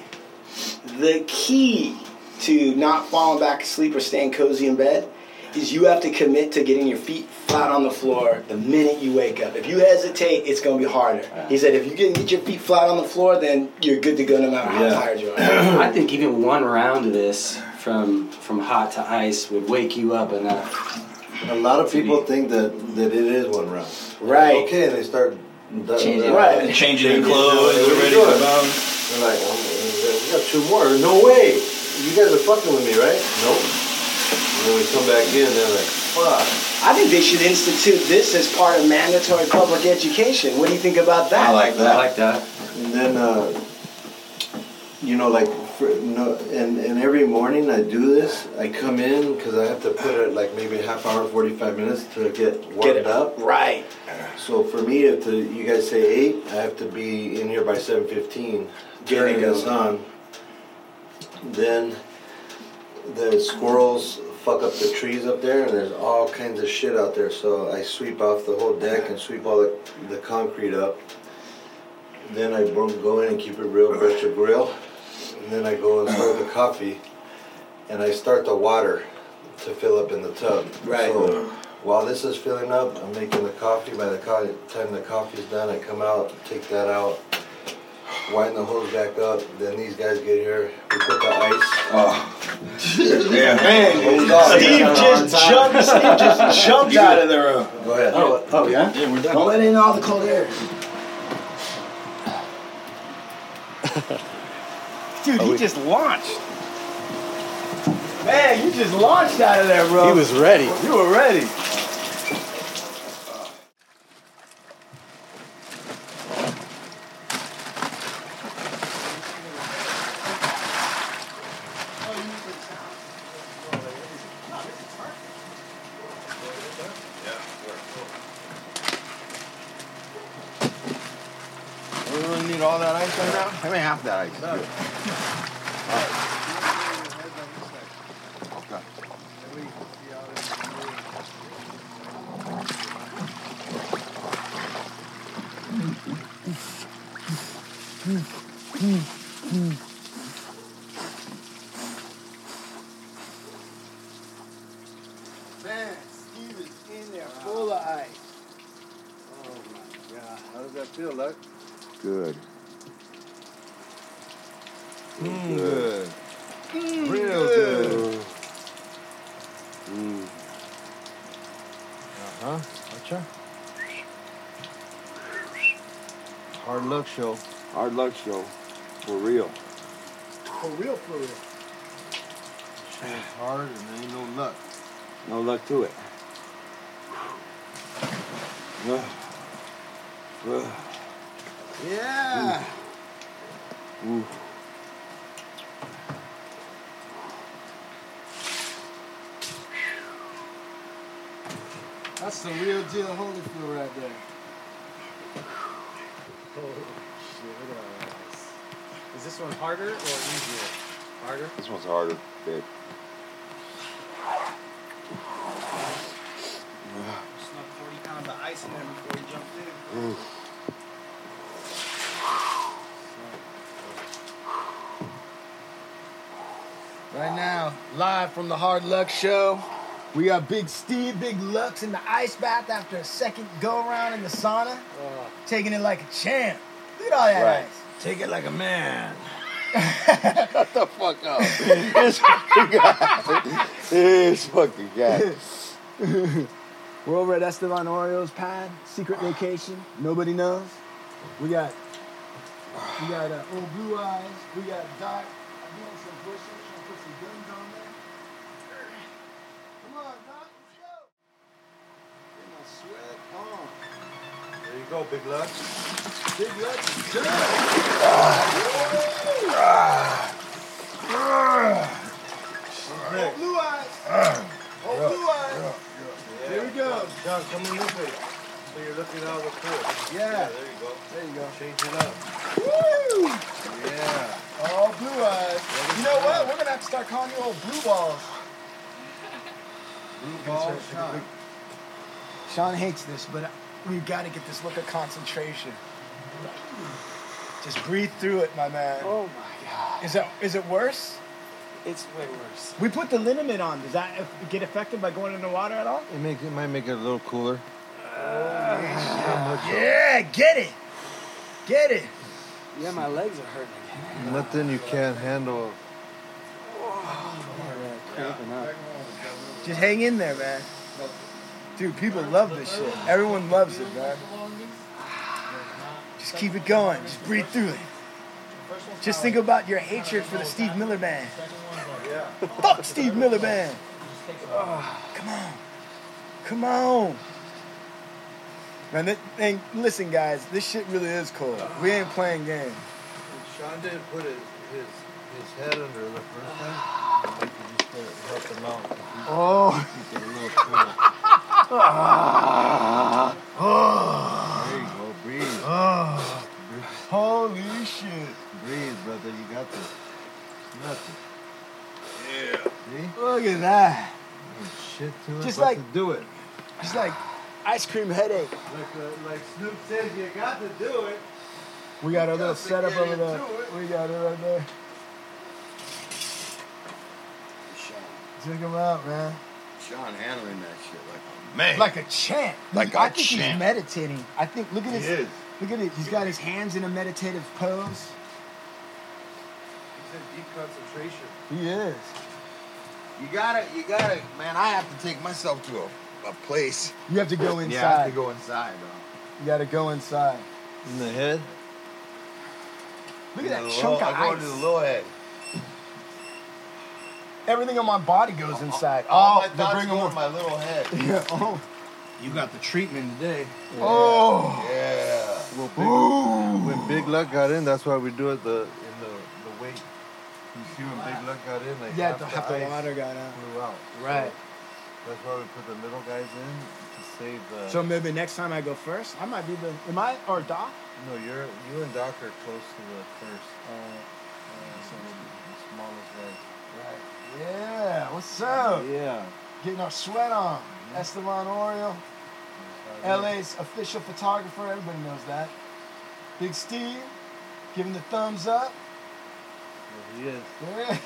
the key to not falling back asleep or staying cozy in bed, is you have to commit to getting your feet flat on the floor the minute you wake up. If you hesitate, it's gonna be harder. He said, if you can get your feet flat on the floor, then you're good to go no matter how tired you are.
I think even one round of this from from hot to ice would wake you up enough.
A lot of people think that, that it is one round.
Right.
Okay, and they start
Uh,
Changing- Right. changing their clothes,
What are you
ready
doing?
to bounce.
They're like, "Oh, we got two more. No way. You guys are fucking with me, right? Nope. And then we come back in, they're like, fuck.
I think they should institute this as part of mandatory public education. What do you think about that?
I like that. I
like that.
And then, uh, you know, like, for, no, and, and every morning I do this. I come in because I have to put it like maybe a half hour, 45 minutes to get warmed up.
Right.
So for me, if the, you guys say 8, I have to be in here by 7.15, turning
Getting
this on. Then the squirrels fuck up the trees up there, and there's all kinds of shit out there. So I sweep off the whole deck and sweep all the, the concrete up. Then I bro- go in and keep it real, brush your grill, and then I go and start the coffee, and I start the water to fill up in the tub.
Right.
So while this is filling up, I'm making the coffee. By the co- time the coffee's done, I come out, take that out, wind the hose back up. Then these guys get here, we put the ice.
Yeah.
Man,
Steve
just jumped- Steve just jumped out of
the room. Go ahead.
Oh, oh yeah?
Yeah, we're done.
Don't let in all the cold air.
Dude,
Are
he
we-
just launched.
Man, you just launched out of there, bro.
He was ready.
You were ready.
We really need all that ice right now? How many half that ice? Good. Okay.
Man, Steve is in there full of ice. Oh my god.
How does that feel, Luck?
Good.
Mm,
Good.
Mm,
Real
good.
good. Mm.
Uh huh. Gotcha. Hard luck show.
Hard luck show. For real.
For real, for real.
Shit is hard and there ain't no luck.
No luck to it. Ugh. Ugh.
Yeah.
Ooh.
That's the real deal Holyfield right there.
Oh, shit, look at all that ice. Is this one harder or easier? Harder?
This one's harder, babe.
Snuck 40 pounds of ice in there before he jumped in.
Ooh.
Right now, live from the Hard Luck Show, we got Big Steve, Big Lux in the ice bath after a second go round in the sauna, taking it like a champ. Look at all that
Right.
ice.
Take it like a man.
Shut the fuck up.
this fucking guy. This fucking guy.
We're over at Esteban Orio's pad, secret location. Nobody knows. We got, we got uh, old blue eyes. We got Doc. I'm doing some bushes. Trying to put some guns on there. Come on, Doc. Let's go. Get my sweat on.
There you go, big luck.
Big luck is good. Old blue eyes.
Ah,
Old blue eyes. Here we go.
John, come in this way. So you're looking out of the pool. There
Yeah.
you go.
There you go.
Change it up.
Woo!
Yeah.
All blue eyes. You know what? We're gonna have to start calling you old blue balls.
Ball
That's right.
shot.
Sean hates this, but we've got to get this look of concentration. Just breathe through it, my man. Oh my God. Is that is it worse?
It's way worse.
We put the liniment on. Does that aff- get affected by going in the water at all? Uh,
It make it might make it a little cooler.
yeah, get it. Get it.
Yeah, my legs are hurting.
Nothing you can't handle.
Oh,
Just hang in there, man. Dude, people love this shit. Everyone loves it, man. Just keep it going. Just breathe through it. Just think about your hatred for the Steve Miller Band. Fuck Steve Miller Band. Come on. Come on. Man, this thing, listen, guys, this shit really is cool. We ain't playing games.
Sean didn't put his, his, his head under the first time. I'd like to just put it- help him out.
Oh.
Keep it a little cooler. There you go. Breathe. Breathe.
Holy shit.
Breathe, brother. You got this. Nothing. Yeah. See?
Look at that.
Shit to it.
Just
but
like-
to do it.
It's like ice cream headache.
Like, uh, like Snoop says, you got to do it.
We got our little setup over there. We got it right there. Check him out, man.
Sean handling that shit like a man.
Like a champ.
Like a
I think he's
champ.
meditating. I think look at
He
his
is.
look at it. He's got his hands in a meditative pose.
It's a deep concentration.
He is.
You gotta, you gotta, man. I have to take myself to a, a place.
You have to
Yeah,
go
I have
inside.
to go inside, dog.
You gotta go inside.
In the head.
Look at that
The
chunk
low-
of
I go to
ice.
the little head.
Everything on my body goes inside.
All
Oh,
my
the
thoughts
bring
go
him
in my little head.
Yeah. Oh.
You got the treatment today.
Oh.
Yeah.
Well, big, When Big Luck got in, that's why we do it the in the the weight. You see when Big Luck got in, like
Yeah,
half
the-
the,
half the
ice
water got out.
Flew out.
Right.
So that's why we put the little guys in to save the.
So maybe next time I go first, I might be the am I or Doc?
no, you're you and Doc are close to the first. Uh, so the smallest guys.
Yeah, what's up?
Yeah. Mm-hmm.
Getting our sweat on. Esteban Oriel, LA's official photographer, everybody knows that. Big Steve, giving the thumbs up.
He is.
Yeah.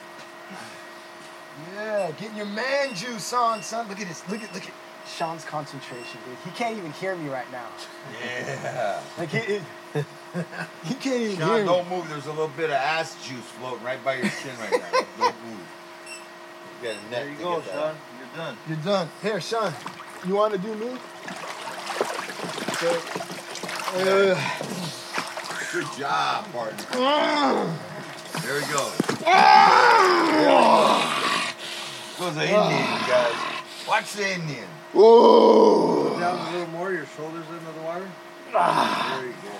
yeah, getting your man juice on, son. Look at this. Look at look at Sean's concentration, dude. He can't even hear me right now.
Yeah.
Like he, he, he can't even
Sean,
hear me.
don't move. There's a little bit of ass juice floating right by your chin right now. don't move. You got a net
There you
to
go,
get that
Sean.
out.
You're done.
You're done. Here, Sean, you want to do me? So, uh,
Good job, partner. There we go. Goes the Indian, you guys. Watch the Indian.
Whoa.
Down a little more. Your shoulders into the water. There you go.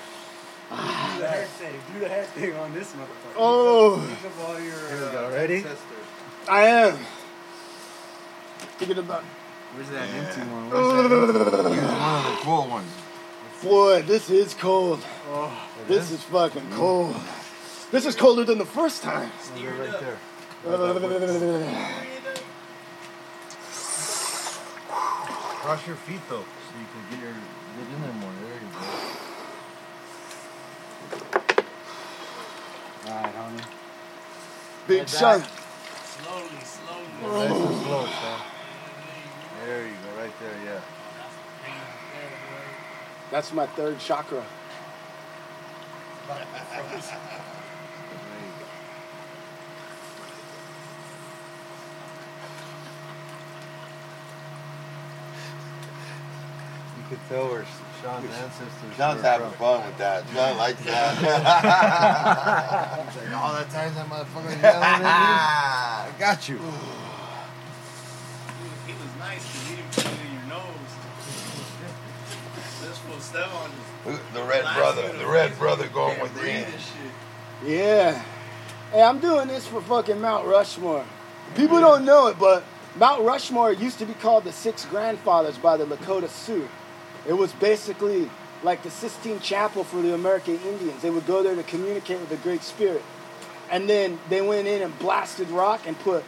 Do the head thing. Do the head thing on this motherfucker.
Oh.
Think of all your.
Here we go.
uh,
Ready?
I am thinking about.
Where's that empty one?
one of the full ones.
Boy, this is cold. this is, fucking cold. This is colder than the first time.
right there. Cross your feet though, so you can get your get in there more. There you go.
Alright, homie.
Big Sean.
Slowly, slowly.
Nice and slow, son. There you go, right there, yeah.
That's my third chakra.
You could tell where Sean's ancestors
John's
were
having
from.
fun with that. John likes that.
He's like, all that time that motherfucker was yelling at me.
Ah.
I got you.
It was nice to hear you in your nose. This fool Stevan just
the red brother. The red brother going with the
breathe
Indian.
this shit.
Yeah. Hey, I'm doing this for fucking Mount Rushmore. People don't know it, but Mount Rushmore used to be called the Six Grandfathers by the Lakota Sioux. It was basically like the Sistine Chapel for the American Indians. They would go there to communicate with the Great Spirit. And then they went in and blasted rock and put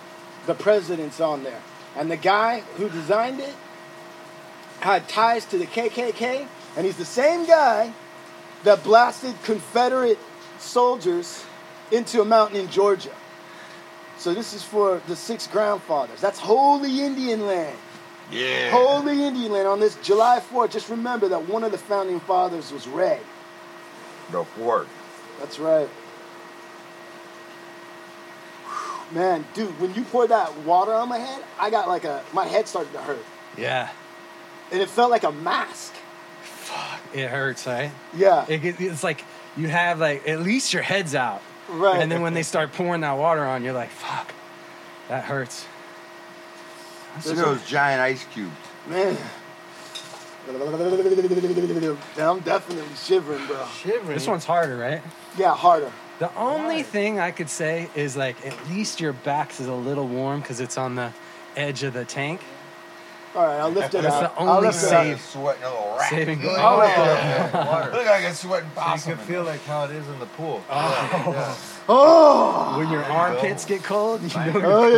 the presidents on there. And the guy who designed it had ties to the KKK, and he's the same guy that blasted Confederate soldiers into a mountain in Georgia. So this is for the six grandfathers. That's holy Indian land.
Yeah.
Holy Indian land on this July 4th. Just remember that one of the founding fathers was red.
The fork.
That's right. Man, dude, when you poured that water on my head, I got like a my head started to hurt.
Yeah.
And it felt like a mask.
It hurts, right?
Yeah.
It, get- it's like you have like at least your head's out.
Right.
And then when they start pouring that water on, you're like, fuck, that hurts.
Look at those giant ice cubes.
Man. I'm definitely shivering, bro.
Shivering. This one's harder, right?
Yeah, harder.
The only thing I could say is like at least your back is a little warm because it's on the edge of the tank.
All right, I'll lift it
That's
up.
the
I'll
only
lift it
save.
up.
Sweating a little rat.
Saving
Look, look,
grace. Oh.
look, look, look, I got sweating
So you
possum.
can feel like how it is in the pool.
Oh!
When your armpits get cold, you know.
Oh,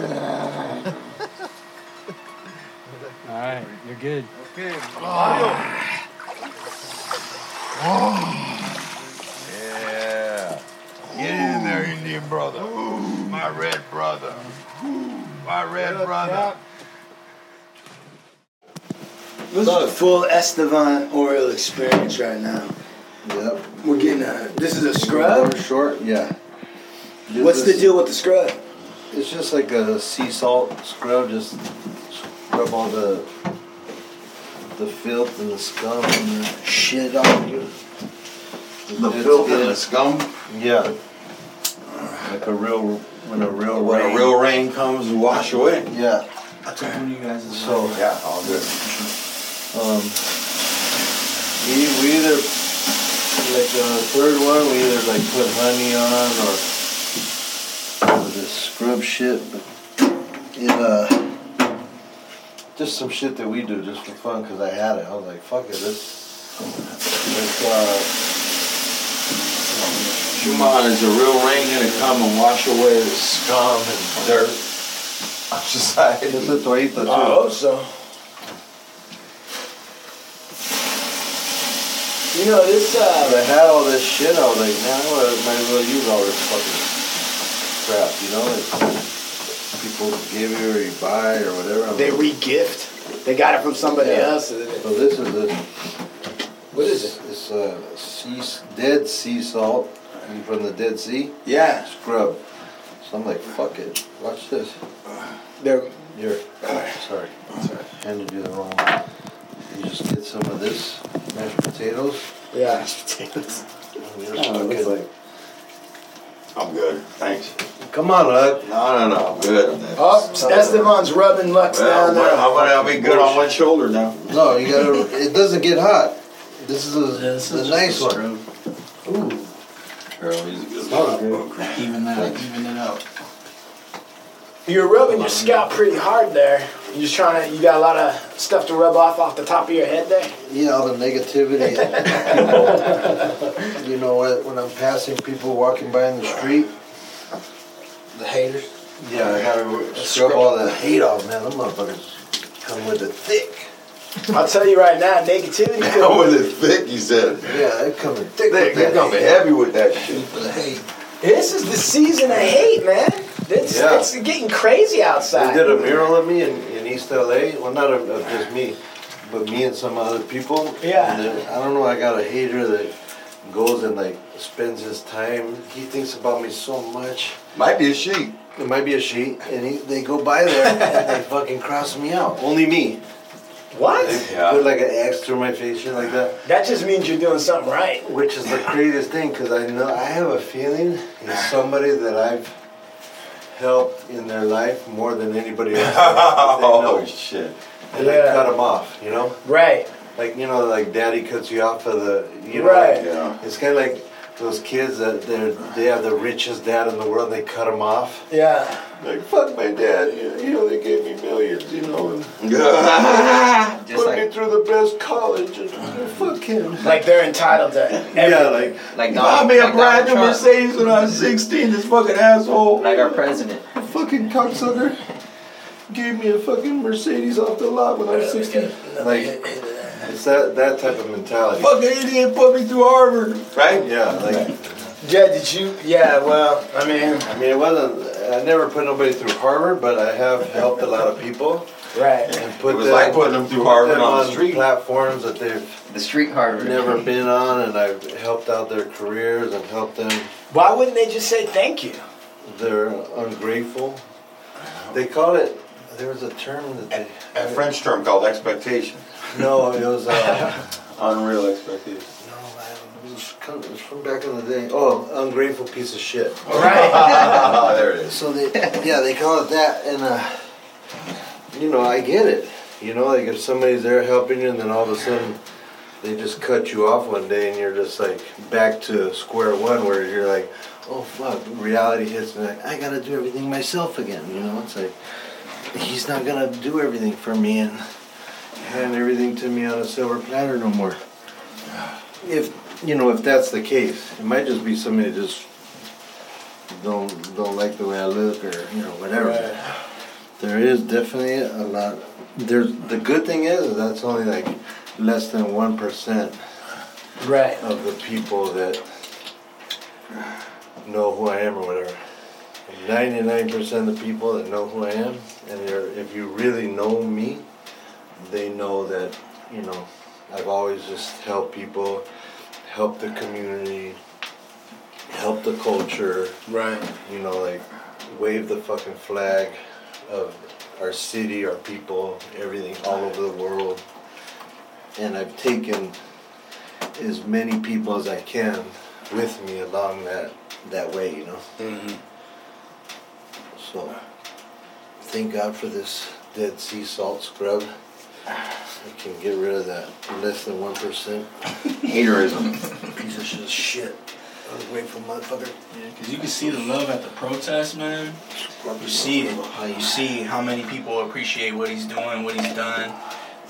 yeah.
All right, you're good.
Okay.
Yeah. Get in there, Indian brother. Ooh, my red brother. Ooh, my red brother.
This is a full Estevan oral experience right now.
Yep.
We're getting a. This is a scrub.
Or short, yeah.
What's the deal with the scrub?
It's just like a sea salt scrub. Just scrub all the the filth and the scum and the shit off you.
The filth and the scum?
Yeah. Like a real when a real
When a
rain.
real rain comes, wash away.
Yeah.
I took one of you guys.
So
yeah, all good.
Um, we, we either like the third one, we either like put honey on or, or this scrub shit, but it uh, just some shit that we do just for fun because I had it. I was like, fuck it, this this uh.
Shuman, is the real rain gonna come and wash away the scum and dirt? I'm just like,
It's a torito too.
I hope so.
You know, this uh, I had all this shit. I was like, man, I would've- might as well use all this fucking crap. You know, it's, people give you or you buy or whatever.
They re-gift. They got it from somebody
Yeah.
else. and then-
So this is a
What is it?
It's uh, sea dead sea salt from the Dead Sea.
Yeah.
Scrub. So I'm like, fuck it. Watch this.
There.
Here. Sorry. Sorry. Handed you the wrong one. You just get some of this mashed potatoes.
Yeah.
potatoes.
Oh, it looks like- I'm good, thanks.
Come on, Luck.
No, no, no, I'm good.
Oh, Estevan's rubbing Lux
Well,
down there.
I'm gonna I'll be good on one shoulder now.
No, you gotta. it doesn't get hot. This is a, a nice one. Ooh. Smells good.
Even that, even it up.
You're rubbing your scalp pretty hard there. You're just trying to. You got a lot of stuff to rub off off the top of your head there.
Yeah, all the negativity. and people, you know what? When I'm passing people walking by in the street,
The haters.
yeah, I gotta scrub all the hate off, man. Them motherfuckers come with it thick.
I'll tell you right now, negativity.
Come with it thick, you said.
Yeah, they coming thick.
They,
with
they
that
coming
hate.
heavy with that shit.
The hate.
This is the season of hate, man. It's,
Yeah.
it's getting crazy
They
outside.
did a mural of me in, in East LA. Well, not of of just me, but me and some other people.
Yeah.
And then, I don't know. I got a hater that goes and like spends his time. He thinks about me so much.
Might be a sheep.
It might be a sheet, and he, they go by there and they fucking cross me out. Only me.
What?
They Put like an X through my face, shit like that.
That just means you're doing something right.
Which is the craziest thing, because I know I have a feeling it's somebody that I've helped in their life more than anybody else.
Oh, shit.
and I
Yeah.
cut them off, you know?
Right.
Like, you know, like daddy cuts you off for the, you know?
Right.
like, It's kind of like those kids that they're, they have the richest dad in the world and they cut them off.
Yeah.
Like, fuck my dad. You you know, they gave me millions, you know. and-
Just
Put
like-
me through the best college. and- Fuck him.
Like they're entitled to.
Yeah, like,
like
buy
Donald-
me a
like
brand new
Donald Trump.
Mercedes when I was 16, this fucking asshole.
Like our president.
Fucking cocksucker gave me a fucking Mercedes off the lot when I was 16.
Like, it's that, that type of mentality.
Fucking idiot put me through Harvard. Right?
Yeah, like Yeah, did you? Yeah, well, I mean, I mean, it wasn't. I never put nobody through Harvard, but I have helped a lot of people.
Right.
And put
It was
them,
like putting them through
put
Harvard
them
on the street.
platforms that they've
the street Harvard
never been on, and I've helped out their careers and helped them.
Why wouldn't they just say thank you?
They're ungrateful. They call it. There was a term that they.
A French term called expectation.
No, it was. Uh,
Unreal expectation.
it was kind of- it was from back in the day. Oh, ungrateful piece of shit.
Right. there it is.
So they, yeah, they call it that, and uh, you know, I get it. You know, like if somebody's there helping you, and then all of a sudden they just cut you off one day, and you're just like back to square one, where you're like, oh fuck, reality hits, and like I gotta do everything myself again. You know, it's like he's not gonna do everything for me and hand everything to me on a silver platter no more. If you know, if that's the case, it might just be somebody just don't don't like the way I look or you know whatever. There is definitely a lot. There's the good thing is that's only like less than one percent
right
of the people that know who I am or whatever. Ninety nine percent of the people that know who I am, and they're, if you really know me, they know that you know I've always just helped people, helped the community, helped the culture.
Right.
You know, like wave the fucking flag of our city, our people, everything all over the world. And I've taken as many people as I can with me along that that way, you know. So thank God for this Dead Sea Salt Scrub. I can get rid of that less than one percent.
Haterism.
Piece of shit. shit. Ungrateful motherfucker.
Because you can see the love at the protest, man. You see it. Like, you see how many people appreciate what he's doing, what he's done.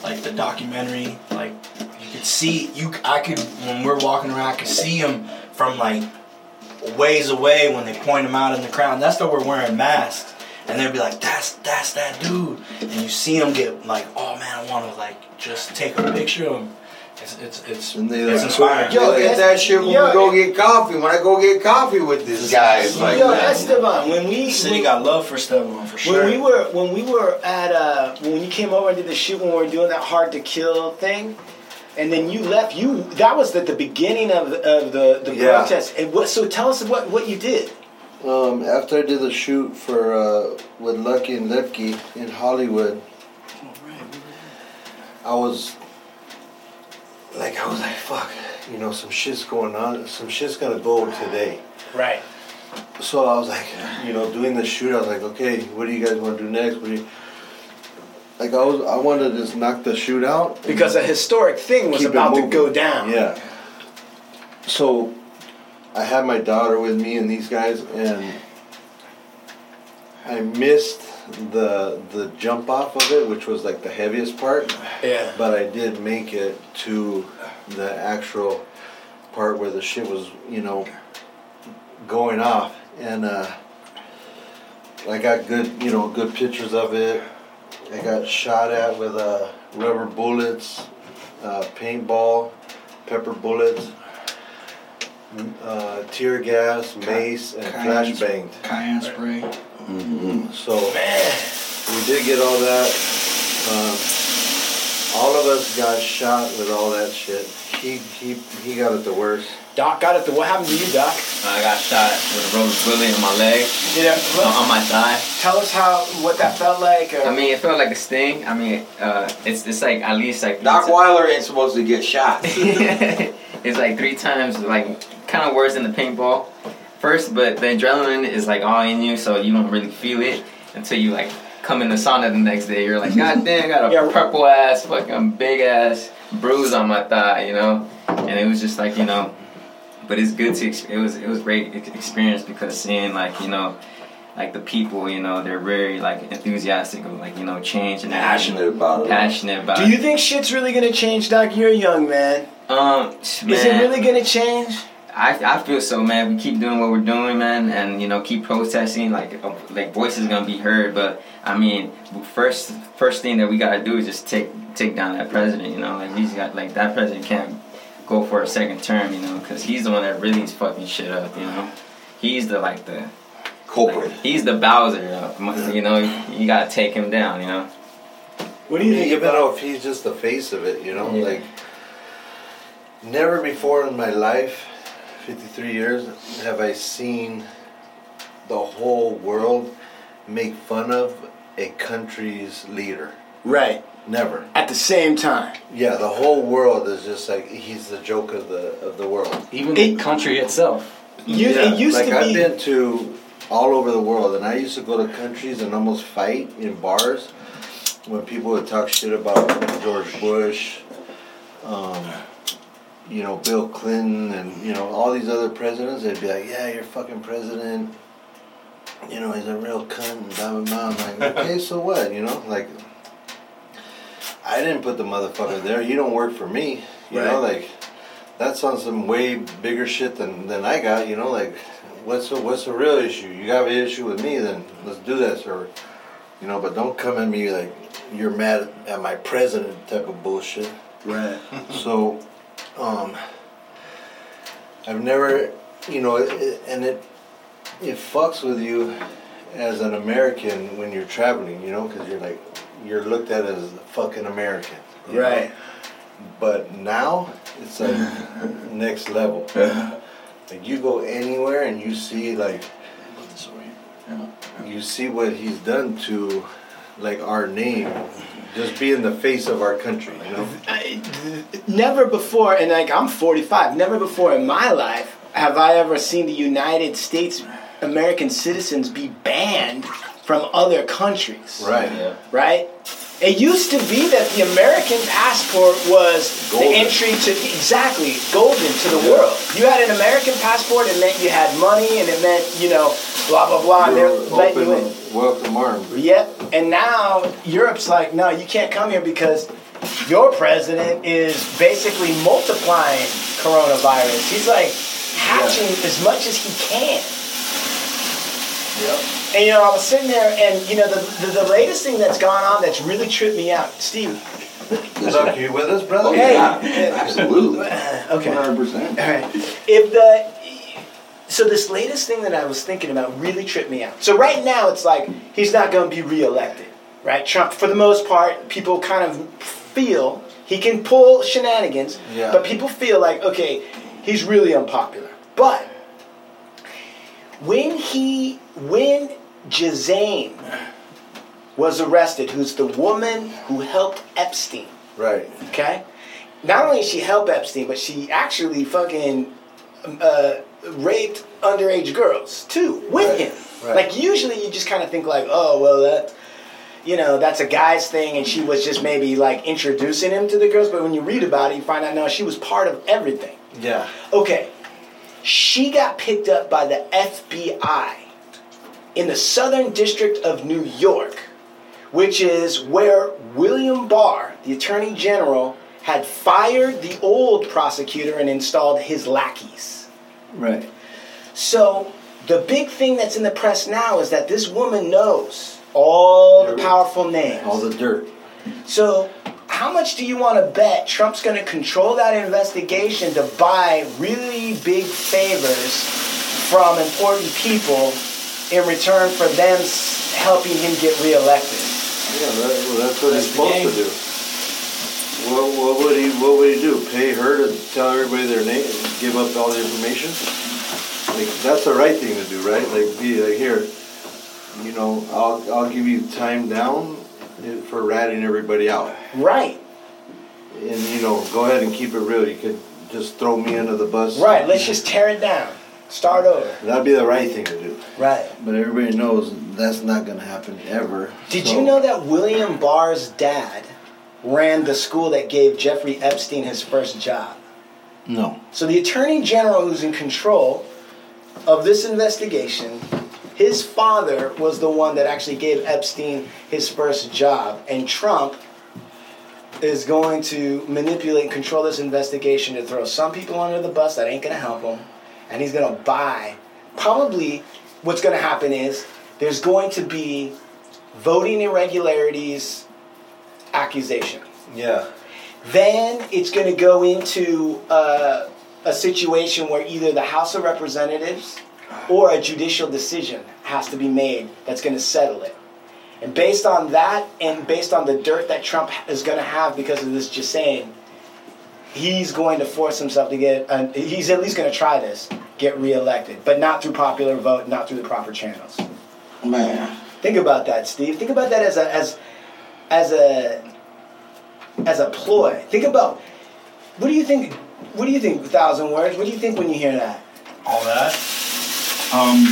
Like the documentary, like you could see you. I could when we're walking around, I could see him from like ways away when they point him out in the crowd. That's why we're wearing masks, and they'd be like, "That's that's that dude," and you see him get like, "Oh man, I want to like just take a picture of him." It's it's it's, it's inspiring.
Yo, it's that shit when we go get coffee. When I go get coffee with this guy, it's like,
Yo,
man.
Esteban, when we
City
when-
got love for Stevon for sure.
When we were when we were at uh when you came over and did the shoot when we were doing that hard to kill thing, and then you left. You that was at the beginning of of the the
Yeah.
protest. And what? So tell us what what you did.
Um, after I did the shoot for uh, with Lucky and Lipke in Hollywood, I was like, I was like, fuck, you know, some shit's going on, some shit's gonna go today.
Right.
So I was like, you know, doing the shoot, I was like, okay, what do you guys want to do next? What do you, like, I was, I wanted to just knock the shoot out and
Because a historic thing was
keep it
about to
moving.
go down.
Yeah. So I had my daughter with me and these guys, and I missed the the jump off of it, which was like the heaviest part.
Yeah.
But I did make it to the actual part where the shit was, you know, going off, and uh, I got good, you know, good pictures of it. I got shot at with uh, rubber bullets, uh, paintball, pepper bullets, m- uh, tear gas, mace, and
Cayenne-
flashbanged.
Cayenne spray.
So we did get all that. Um, all of us got shot with all that shit. He he he got it the worst.
Doc got it the. What happened to you, Doc?
I got shot with a rubber bullet in my leg,
Yeah.
on on my thigh.
Tell us how what that felt like. uh, Or,
I mean, it felt like a sting. I mean, uh, it's it's like at least like
Doc Weiler ain't supposed to get shot.
it's like three times like kind of worse than the paintball first, but the adrenaline is like all in you, so you don't really feel it until you like come in the sauna the next day. You're like, God damn, I got a purple ass, fucking big ass bruise on my thigh, you know. And it was just like you know, but it's good to ex- it was it was great ex- experience because seeing like you know. Like the people, you know, they're very like enthusiastic of like you know change and passionate
about
it. Passionate about.
do you think shit's really gonna change, Doc? You're a young man.
Um,
Is it really gonna change?
I, I feel so, man. We keep doing what we're doing, man, and you know, keep protesting. Like, uh, like voices gonna be heard. But I mean, first, first thing that we gotta do is just take take down that president. You know, like he's got like that president can't go for a second term, you know, because he's the one that really is fucking shit up, you know. He's the like the
culprit.
he's the Bowser, of, you know. You gotta take him down, you know.
What do you think about if he's just the face of it, you know?
Yeah.
Like, never before in my life, 53 years, have I seen the whole world make fun of a country's leader.
Right.
Never.
At the same time.
Yeah, the whole world is just like he's the joke of the of the world.
Even the country itself.
You,
You-
yeah,
it used
like
to
I've
be-
been to all over the world, and I used to go to countries and almost fight in bars when people would talk shit about George Bush, um, you know, Bill Clinton, and you know all these other presidents. They'd be like, "Yeah, you're fucking president." You know, he's a real cunt and blah blah blah. I'm like, okay, so what? You know, like, I didn't put the motherfucker there. You don't work for me. You know,
Right.
like that's on some way bigger shit than, than I got, you know, like what's the what's the real issue? You got an issue with me then let's do this or you know, but don't come at me like you're mad at my president type of bullshit. Right. so um I've never you know it- it, and it it fucks with you as an American when you're traveling, you know, because you're like you're looked at as a fucking American. you know?
Right.
But now it's like next level. Like you go anywhere and you see like you see what he's done to like our name, just being the face of our country, you know.
never before, and like I'm 45, never before in my life have I ever seen the United States American citizens be banned from other countries.
Right. Yeah.
Right? It used to be that the American passport was
Golden.
the entry to exactly golden to the world. You had an American passport, it meant you had money, and it meant you know, blah blah blah. and they're letting you in.
Welcome arms.
Yep. And now Europe's like, no, you can't come here because your president is basically multiplying coronavirus. He's like hatching as much as he can.
Yep.
And you know, I was sitting there, and you know, the, the, the latest thing that's gone on that's really tripped me out, Steve.
Look, you with us, brother?
Hey.
absolutely.
Okay.
100%.
All right. If the so this latest thing that I was thinking about really tripped me out. So right now it's like he's not going to be reelected, right? Trump, for the most part, people kind of feel he can pull shenanigans,
Yeah.
but people feel like okay, he's really unpopular. But when he when Ghislaine was arrested, who's the woman who helped Epstein,
Right.
Okay. Not only did she help Epstein, but she actually fucking uh, raped underage girls too with him.
right.
Like usually you just kind of think like, oh well that, you know, that's a guy's thing, and she was just maybe like introducing him to the girls. But when you read about it, you find out no, she was part of everything.
Yeah.
Okay. She got picked up by the FBI in the Southern District of New York, which is where William Barr, the Attorney General, had fired the old prosecutor and installed his lackeys.
Right.
So the big thing that's in the press now is that this woman knows all the powerful names.
All the dirt.
So, how much do you want to bet Trump's going to control that investigation to buy really big favors from important people in return for them s- helping him get reelected?
Yeah, that, well, that's what he's supposed to do. What, what would he What would he do? Pay her to tell everybody their name, give up all the information? Like that's the right thing to do, right? Like be like here, you know, I'll I'll give you time down for ratting everybody out.
Right.
And you know, go ahead and keep it real. You could just throw me under the bus.
Right, let's just tear it down. Start over.
That'd be the right thing to do.
Right.
But everybody knows that's not gonna happen ever.
Did
So-
you know that William Barr's dad ran the school that gave Jeffrey Epstein his first job?
No.
So the attorney general who's in control of this investigation, his father was the one that actually gave Epstein his first job, and Trump is going to manipulate and control this investigation to throw some people under the bus that ain't gonna help him, and he's gonna buy. Probably, what's gonna happen is there's going to be voting irregularities accusation.
Yeah.
Then it's going to go into uh, a situation where either the House of Representatives or a judicial decision has to be made that's going to settle it. And based on that, and based on the dirt that Trump is going to have because of this Jussain, he's going to force himself to get, uh, he's at least going to try this, get reelected, but not through popular vote, not through the proper channels.
Man.
Think about that, Steve. Think about that as a as as a as a ploy. Think about what do you think? What do you think? Thousand words. What do you think when you hear that?
All that. Um,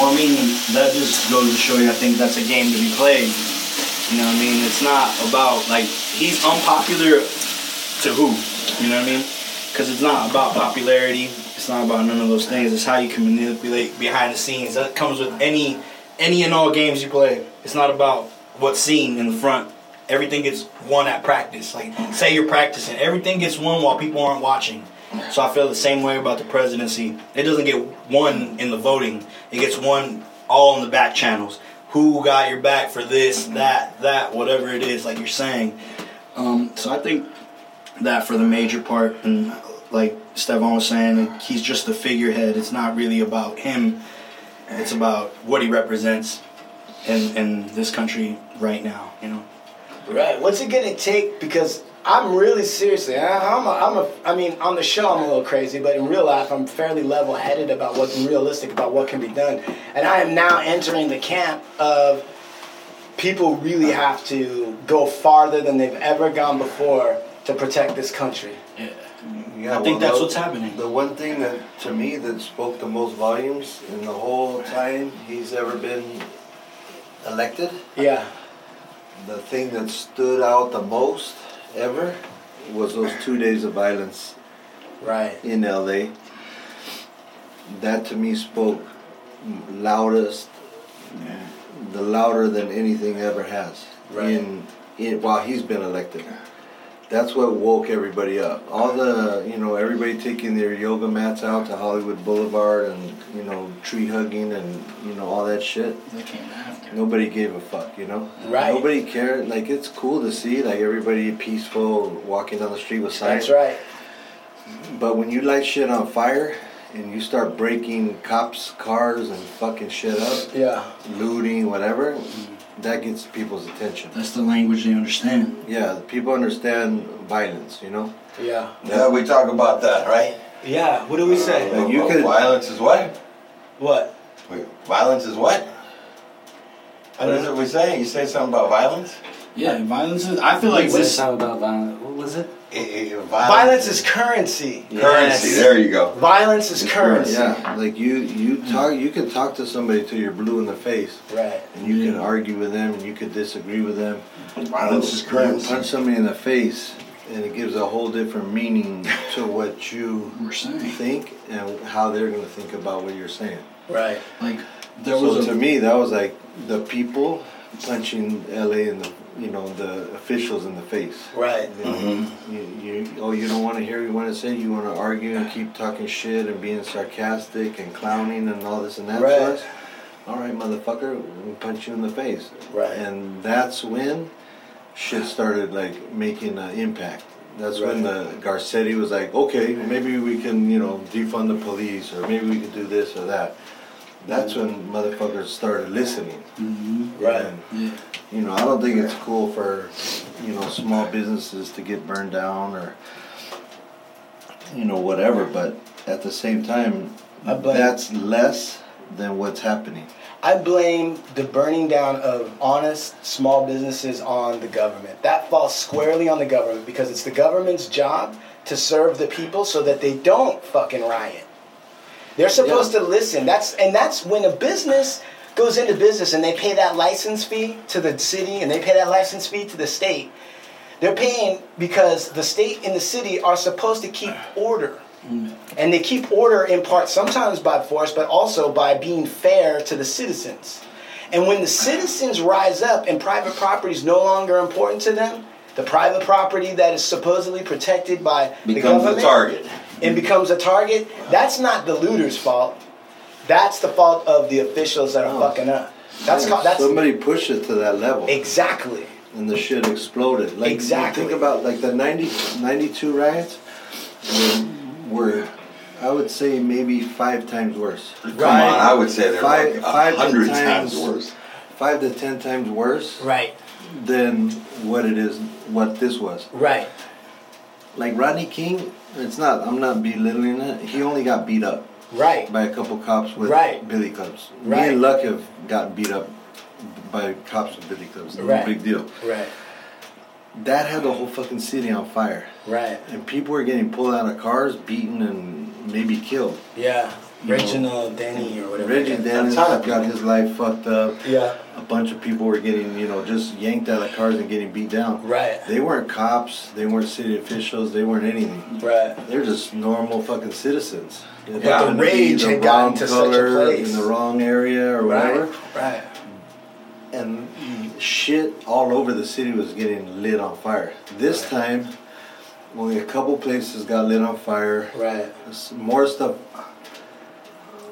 well, I mean, that just goes to show you. I think that's a game to be played. You know what I mean? It's not about like he's unpopular to who. You know what I mean? Because it's not about popularity. It's not about none of those things. It's how you can manipulate behind the scenes. That comes with any, any and all games you play. It's not about what's seen in the front. Everything gets won at practice. Like say you're practicing, everything gets won while people aren't watching. So I feel the same way about the presidency. It doesn't get won in the voting. It gets won all in the back channels. Who got your back for this, that, that, whatever it is, like you're saying. Um, so I think that for the major part, and like Stefan was saying, like, he's just the figurehead. It's not really about him. It's about what he represents in, in this country right now, you know.
Right. What's it gonna take? Because I'm really seriously. I- I'm a, I'm a. I mean, on the show I'm a little crazy, but in real life I'm fairly level-headed about what's realistic about what can be done. And I am now entering the camp of people really have to go farther than they've ever gone before to protect this country.
Yeah.
Yeah,
I think
well,
that's
the-
what's happening.
The one thing that to me that spoke the most volumes in the whole time he's ever been elected.
Yeah.
The thing that stood out the most ever was those two days of violence.
Right.
In LA. That to me spoke loudest, the louder than anything ever has. Right. In, in while he's been elected. That's what woke everybody up. All the, you know, everybody taking their yoga mats out to Hollywood Boulevard and, you know, tree hugging and, you know, all that shit.
They came after.
Nobody gave a fuck, you know?
Right.
Nobody cared. Like, it's cool to see, like, everybody peaceful walking down the street with signs.
That's right.
But when you light shit on fire and you start breaking cops' cars and fucking shit up,
yeah,
looting, whatever, that gets people's attention.
That's the language they understand.
Yeah, people understand violence, you know?
Yeah.
Yeah, we talk about that, right?
Yeah, what do we say?
Like you could, violence is what?
What?
Wait, violence is what? What is it we say? You say something about violence?
Yeah, violence is. I feel like
What is
this.
that about violence? What was it?
Violence is currency.
Currency, there you go.
Violence is
It's
currency.
Yeah, like you, you talk, you can talk to somebody till you're blue in the face,
Right.
and you can argue with them, and you could disagree with them.
Violence is currency.
You punch somebody in the face, and it gives a whole different meaning to what you think and how they're going to think about what you're saying.
Right.
Like there
So
was
to
a,
me, that was like the people punching LA and the you know the officials in the face.
Right.
You, know, you, you oh you don't want to hear what you want to say. You want to argue and keep talking shit and being sarcastic and clowning and all this and that. to
Right.
us? All right, motherfucker, we punch you in the face.
Right.
And that's when shit started like making an impact. That's when the Garcetti was like, okay, maybe we can, you know, defund the police or maybe we could do this or that. That's when motherfuckers started listening.
Mm-hmm. Right.
Yeah.
You know, I don't think it's cool for, you know, small businesses to get burned down or, you know, whatever. But at the same time,
I blame-
that's less than what's happening.
I blame the burning down of honest small businesses on the government. That falls squarely on the government because it's the government's job to serve the people so that they don't fucking riot. They're supposed to listen. That's and that's when a business goes into business and they pay that license fee to the city and they pay that license fee to the state. They're paying because the state and the city are supposed to keep order.
Mm.
And they keep order in part sometimes by force, but also by being fair to the citizens. And when the citizens rise up and private property is no longer important to them, the private property that is supposedly protected by the
Becomes the
government
target.
and becomes a target, that's not the looter's fault. That's the
Oh.
fault of the officials that are fucking up. That's
Yeah,
called, that's
somebody pushed it to that level.
exactly.
and the shit exploded. Like
Exactly.
Think about like the 90, 92 riots were, were, I would say maybe five times worse.
Come on, I would say they're like a hundred times worse.
Five to ten times worse.
Right.
Than what it is, what this was.
Right.
Like Rodney King, it's not. I'm not belittling it. He only got beat up.
Right.
By a couple cops with
Right.
billy clubs. Me
Right.
and Luck have got beat up by cops with billy clubs. No
Right.
big deal.
Right.
That had the whole fucking city on fire.
Right.
And people were getting pulled out of cars, beaten, and maybe killed.
Yeah.
You know,
Reginald Danny or whatever.
Reggie Dennis got his life fucked up.
Yeah.
A bunch of people were getting, you know, just yanked out of cars and getting beat down.
Right.
They weren't cops. They weren't city officials. They weren't anything.
Right.
They're just normal fucking citizens.
But
They
the
happened to be
rage
the
had gotten
wrong
to such a
color,
place.
in the wrong area or whatever.
Right.
And shit all over the city was getting lit on fire. This time, only a couple places got lit on fire.
Right.
More stuff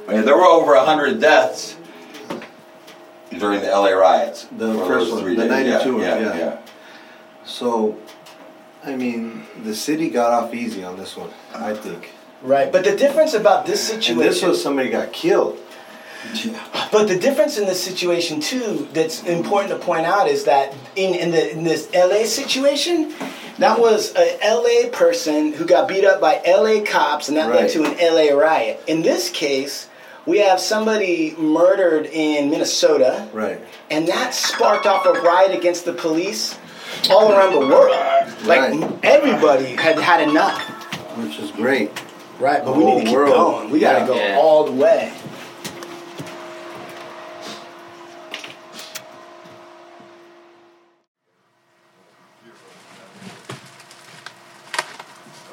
Oh,
I mean, there were over 100 deaths during the LA riots.
The
for
first
those
one,
three
the
days.
92 one,
yeah,
yeah.
yeah.
So, I mean, the city got off easy on this one, I think.
Right, but the difference about this situation.
And this was somebody got killed.
But the difference in this situation too, that's important to point out, is that in in, the, in this LA situation, that was a LA person who got beat up by LA cops, and that led
Right.
to an LA riot. In this case, we have somebody murdered in Minnesota,
Right.
and that sparked off a riot against the police all around the world. Like
Right.
everybody had had enough.
Which is great.
Right,
The
but we
whole
need to keep
world.
going. We gotta
Yeah.
go
Yeah.
all the way.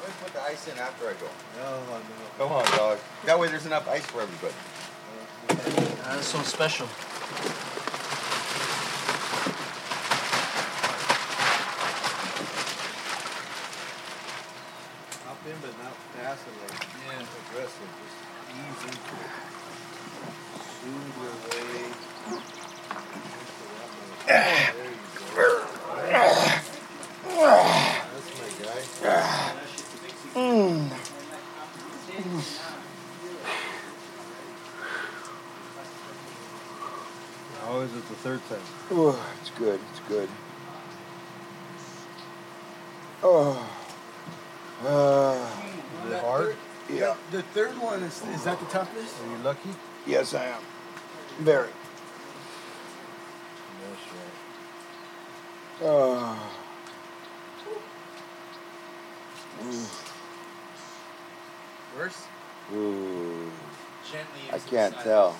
Let me put the ice in after I go.
No, no, no.
Come on, dog. That way there's enough ice for everybody.
That's so special.
Hop in, but not fast and like yeah. aggressive. Just easy. Soothe your way. That's my guy.
Mm.
How is it the third time?
Oh, it's good. It's good. Oh. Uh,
Is it hard?
yeah.
The third one is, is that the toughest?
Are you lucky?
Yes, I am. Very.
That's right.
Oh. Ooh.
Worse?
Ooh.
Gently
I
into the
can't
side.
tell.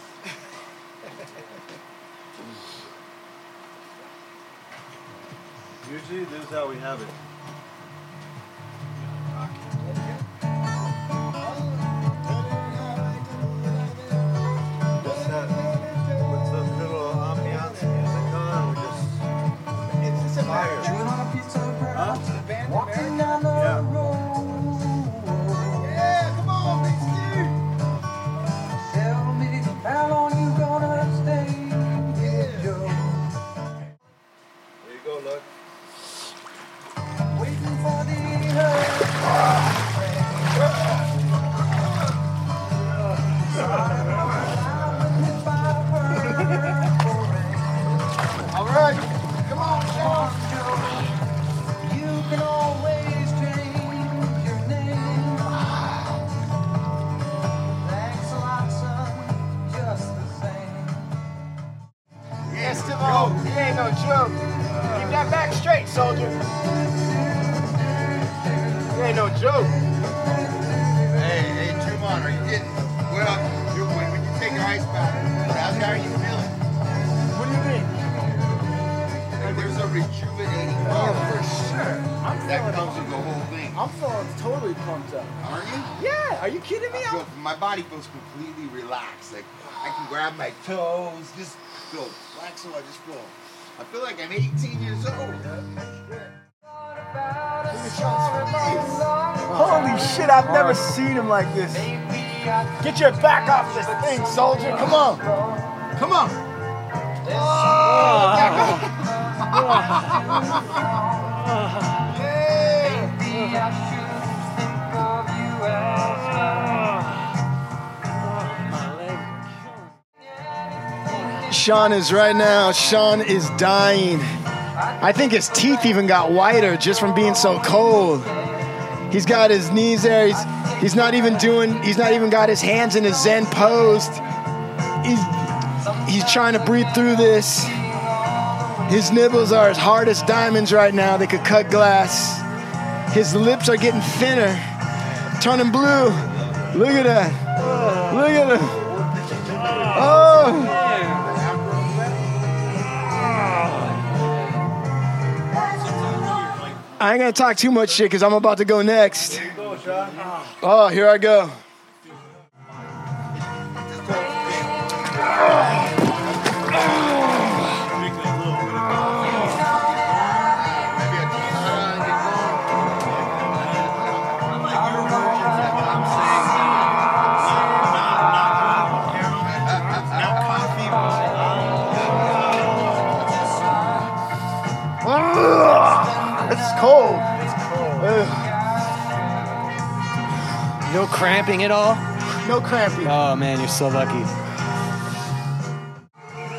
Usually this is how we have it. Just that with some little ambiance music on, we just
It's just a fire. Chewing on a piece of bread. Huh? Walking down the road. Yeah, come on, big Steve. Tell me how long you gonna stay. Yeah.
there you go, look.
Waiting for the hurt. All right, come on, Sean. You can always change your name. Thanks a lot, son. Just the same. Yeah, Steve-O, he ain't no joke. Keep that back straight, soldier. He ain't no joke.
Hey, hey, Tremont, are you getting well? You, when, when you take your ice bath, how's how are you feeling? What do you mean? There's a rejuvenating power for sure. I'm that comes with the whole thing.
I'm feeling totally pumped up.
Are you?
Yeah, are you kidding me?
I feel, my body feels completely relaxed. Like I can grab my toes, just feel relaxed. So I just feel. I feel like I'm 18 years old.
Holy shit, I've never seen him like this. Get your back off this thing, soldier. Come on. Come on. Oh, back off.
Sean is right now. Sean is dying. I think his teeth even got whiter just from being so cold. He's got his knees there. He's he's not even doing. He's not even got his hands in his Zen post. He's he's trying to breathe through this. His nibbles are as hard as diamonds right now. They could cut glass. His lips are getting thinner, turning blue. Look at that. Look at him. Oh. I ain't gonna talk too much shit because I'm about to go next. Oh, here I go. Ugh, This is cold. Ugh.
No cramping at all?
No cramping.
Oh man, you're so lucky.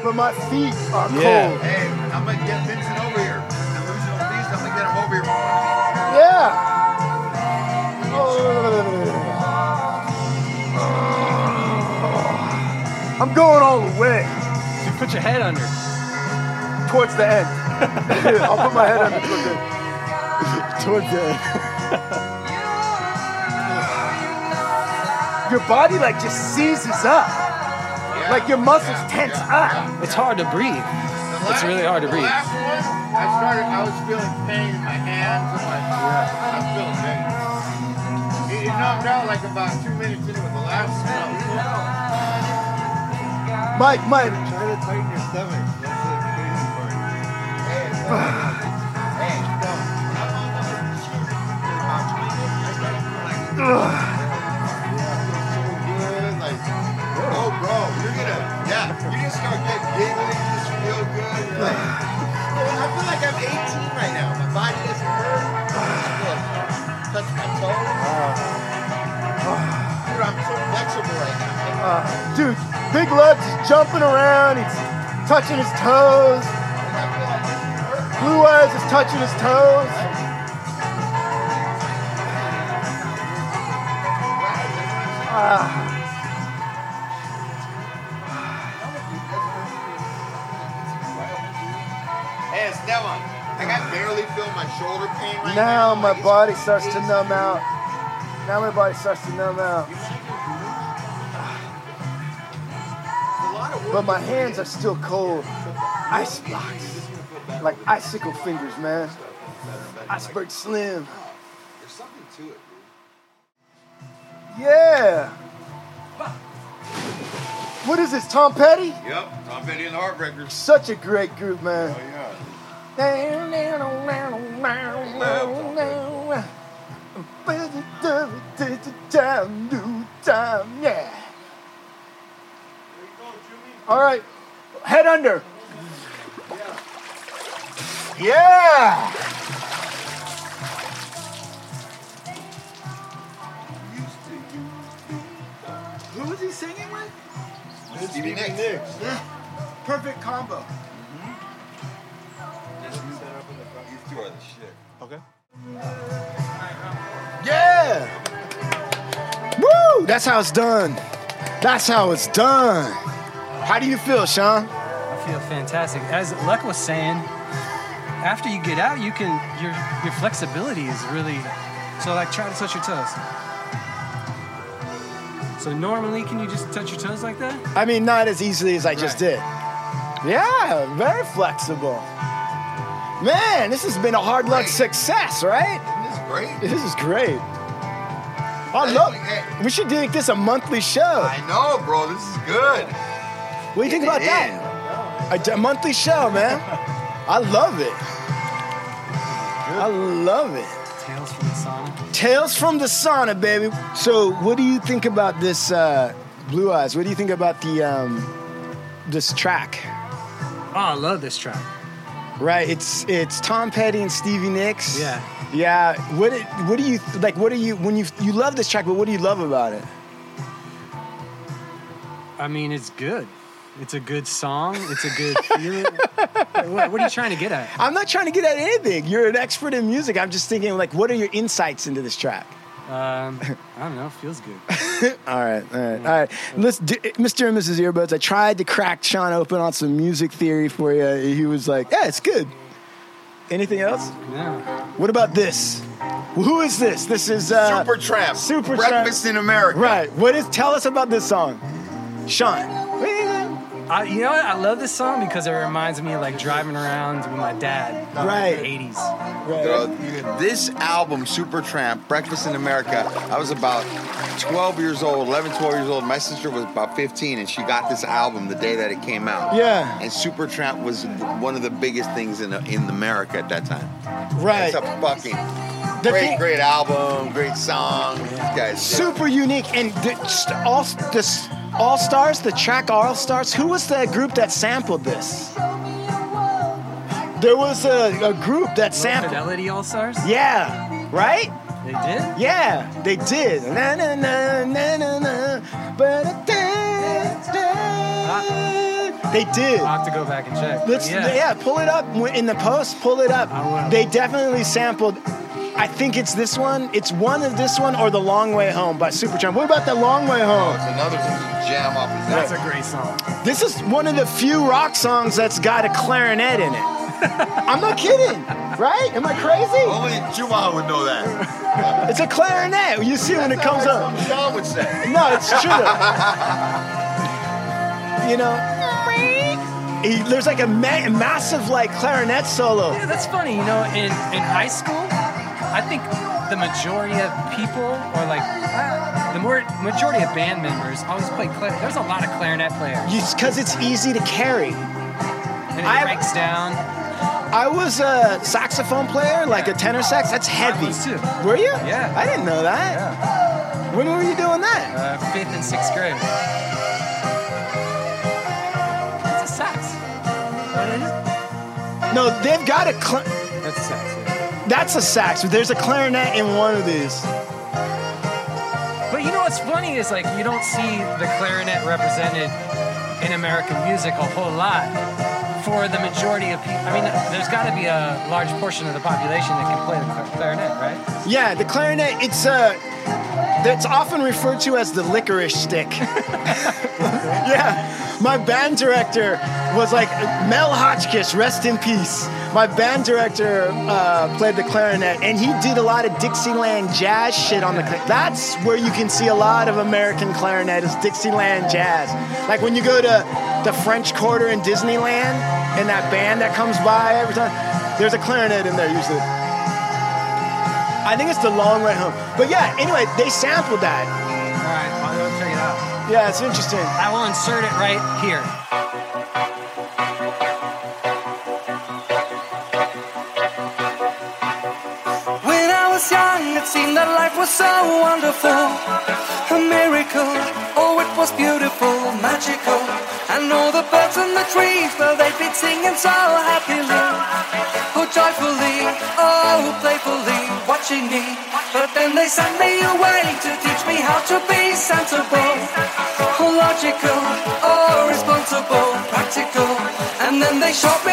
But my feet are
Yeah.
cold.
Hey, I'm gonna get Vincent over here. Delusional beast, I'm gonna get him over here.
Yeah. Oh. I'm going all the way.
You put your head under.
Towards the end. I'll put my head under towards the end. Towards the end. Your body like just seizes up. Like your muscles tense up.
It's hard to breathe. It's really hard to breathe.
Last one, I started, I was feeling pain in my hands and my, I was feeling pain. It, it knocked out like about two minutes into it, the last one. I was
Mike, Mike.
Try to tighten your stomach. That's the crazy part.
Oh, bro, you're gonna, yeah, you just start getting giggling, you just feel good. You're like, "Oh, I feel like I'm 18 right now. My body doesn't hurt. I just feel like, touch my toes. Dude, I'm so flexible right now.
Uh, Ah. dude, Big Lud's jumping around. He's touching his toes. Blue Eyes is touching his toes. Ah.
Hey, Esteban, like I barely feel my shoulder pain right
Now my body starts to numb out. Now my body starts to numb out. But my hands are still cold. Ice blocks. Like icicle fingers, man. Iceberg Slim.
There's something to it.
Yeah. What is this, Tom Petty?
Yep, Tom Petty and the Heartbreakers.
Such a great group, man. Time, new time, yeah. All right, head under. Yeah.
Who was he singing with?
Stevie Nicks. Yeah. Perfect combo.
These two are the shit. Okay.
Yeah. Woo! That's how it's done. That's how it's done. How do you feel, Sean?
I feel fantastic. As Luck was saying, after you get out, you can your your flexibility is really so like try to touch your toes. So normally can you just touch your toes like that?
I mean, not as easily as I just did. Yeah, very flexible. Man, this has been a hard luck success, right?
This is great.
This is great. I love. We should do this a monthly show.
I know, bro. This is good.
What do you think about that? A, a monthly show, man. I love it. I love it.
Tails from the sauna.
Tales from the sauna, baby. So, what do you think about this, uh, Blue Eyes? What do you think about the um, this track?
Oh, I love this track.
Right. It's it's Tom Petty and Stevie Nicks.
Yeah.
Yeah. What it- what do you like? What do you when you you love this track? But what do you love about it?
I mean, it's good. It's a good song. It's a good feeling. what, what are you trying to get at?
I'm not trying to get at anything. You're an expert in music. I'm just thinking like, what are your insights into this track?
Um, I don't know. Feels good.
all right, all right, all right. Let's do, Mr. and Mrs. Earbuds. I tried to crack Sean open on some music theory for you. He was like, "Yeah, it's good." Anything else?
No.
What about this? Well, who is this? This is uh,
Supertramp.
Supertramp.
Breakfast in America.
Right. What is? Tell us about this song, Sean.
I, you know what? I love this song because it reminds me of like driving around with my dad. in, like,
Right.
The 80s.
Bro, This album, Supertramp, Breakfast in America, I was about 12 years old, 11, 12 years old. My sister was about 15, and she got this album the day that it came out.
Yeah.
And Supertramp was one of the biggest things in, in America at that time.
Right.
It's a fucking
The
great,
thing-
great album, great song. This guy's just-
Super unique and the, just all this All Stars, the track All Stars. Who was the group that sampled this? There was a, a group that sampled
Fidelity All Stars.
Yeah, right?
They did?
Yeah, they did. Na, na, na, na, na, na, ba, da, da, da. They did.
I'll have to go back and check.
Let's yeah.
Yeah.
pull it up w- in the post. Pull it up. They definitely sampled. I think it's this one. It's one of this one or the Long Way Home by Supertramp. What about the Long Way Home?
Another jam off his
That's a great song.
This is one of the few rock songs that's got a clarinet in it. I'm not kidding, right? Am I crazy?
Only Juwan would know that.
It's a clarinet. You see when it comes up.
Sean would say.
No, it's true. you know, he, there's like a ma- massive like clarinet solo.
Yeah, that's funny. You know, in, in high school, I think the majority of people, or like ah, the more majority of band members, always play clarinet. There's a lot of clarinet players.
because it's easy to carry.
And it breaks down.
I was a saxophone player, like a tenor sax. That's heavy. Were you? Yeah. I didn't know that. When were you doing that?
Uh, fifth and sixth grade. It's a sax.
No, they've got a. Cl-
That's a sax.
That's a sax. but There's a clarinet in one of these.
But you know what's funny is like you don't see the clarinet represented in American music a whole lot. For the majority of people, I mean, there's got to be a large portion of the population that can play the cl- clarinet, right?
Yeah, the clarinet. It's uh, that's often referred to as the licorice stick. yeah, my band director was like Mel Hotchkiss, rest in peace. My band director uh, played the clarinet, and he did a lot of Dixieland jazz shit on the. Cl- That's where you can see a lot of American clarinet is Dixieland jazz. Like when you go to the French Quarter in Disneyland, and that band that comes by every time, there's a clarinet in there usually. I think it's the long way home. But yeah, anyway, they sampled that.
All right, I'll go check it out.
Yeah, it's interesting.
I will insert it right here.
When I was young, it seemed that life was so wonderful. A miracle, oh, it was beautiful, magical. And all the birds in the trees, well, they'd be singing so happily. Oh, joyfully, oh, playfully, watching me. But then they sent me away to teach me how to be sensible. Oh, logical, oh, responsible, practical. And then they shot me Oh,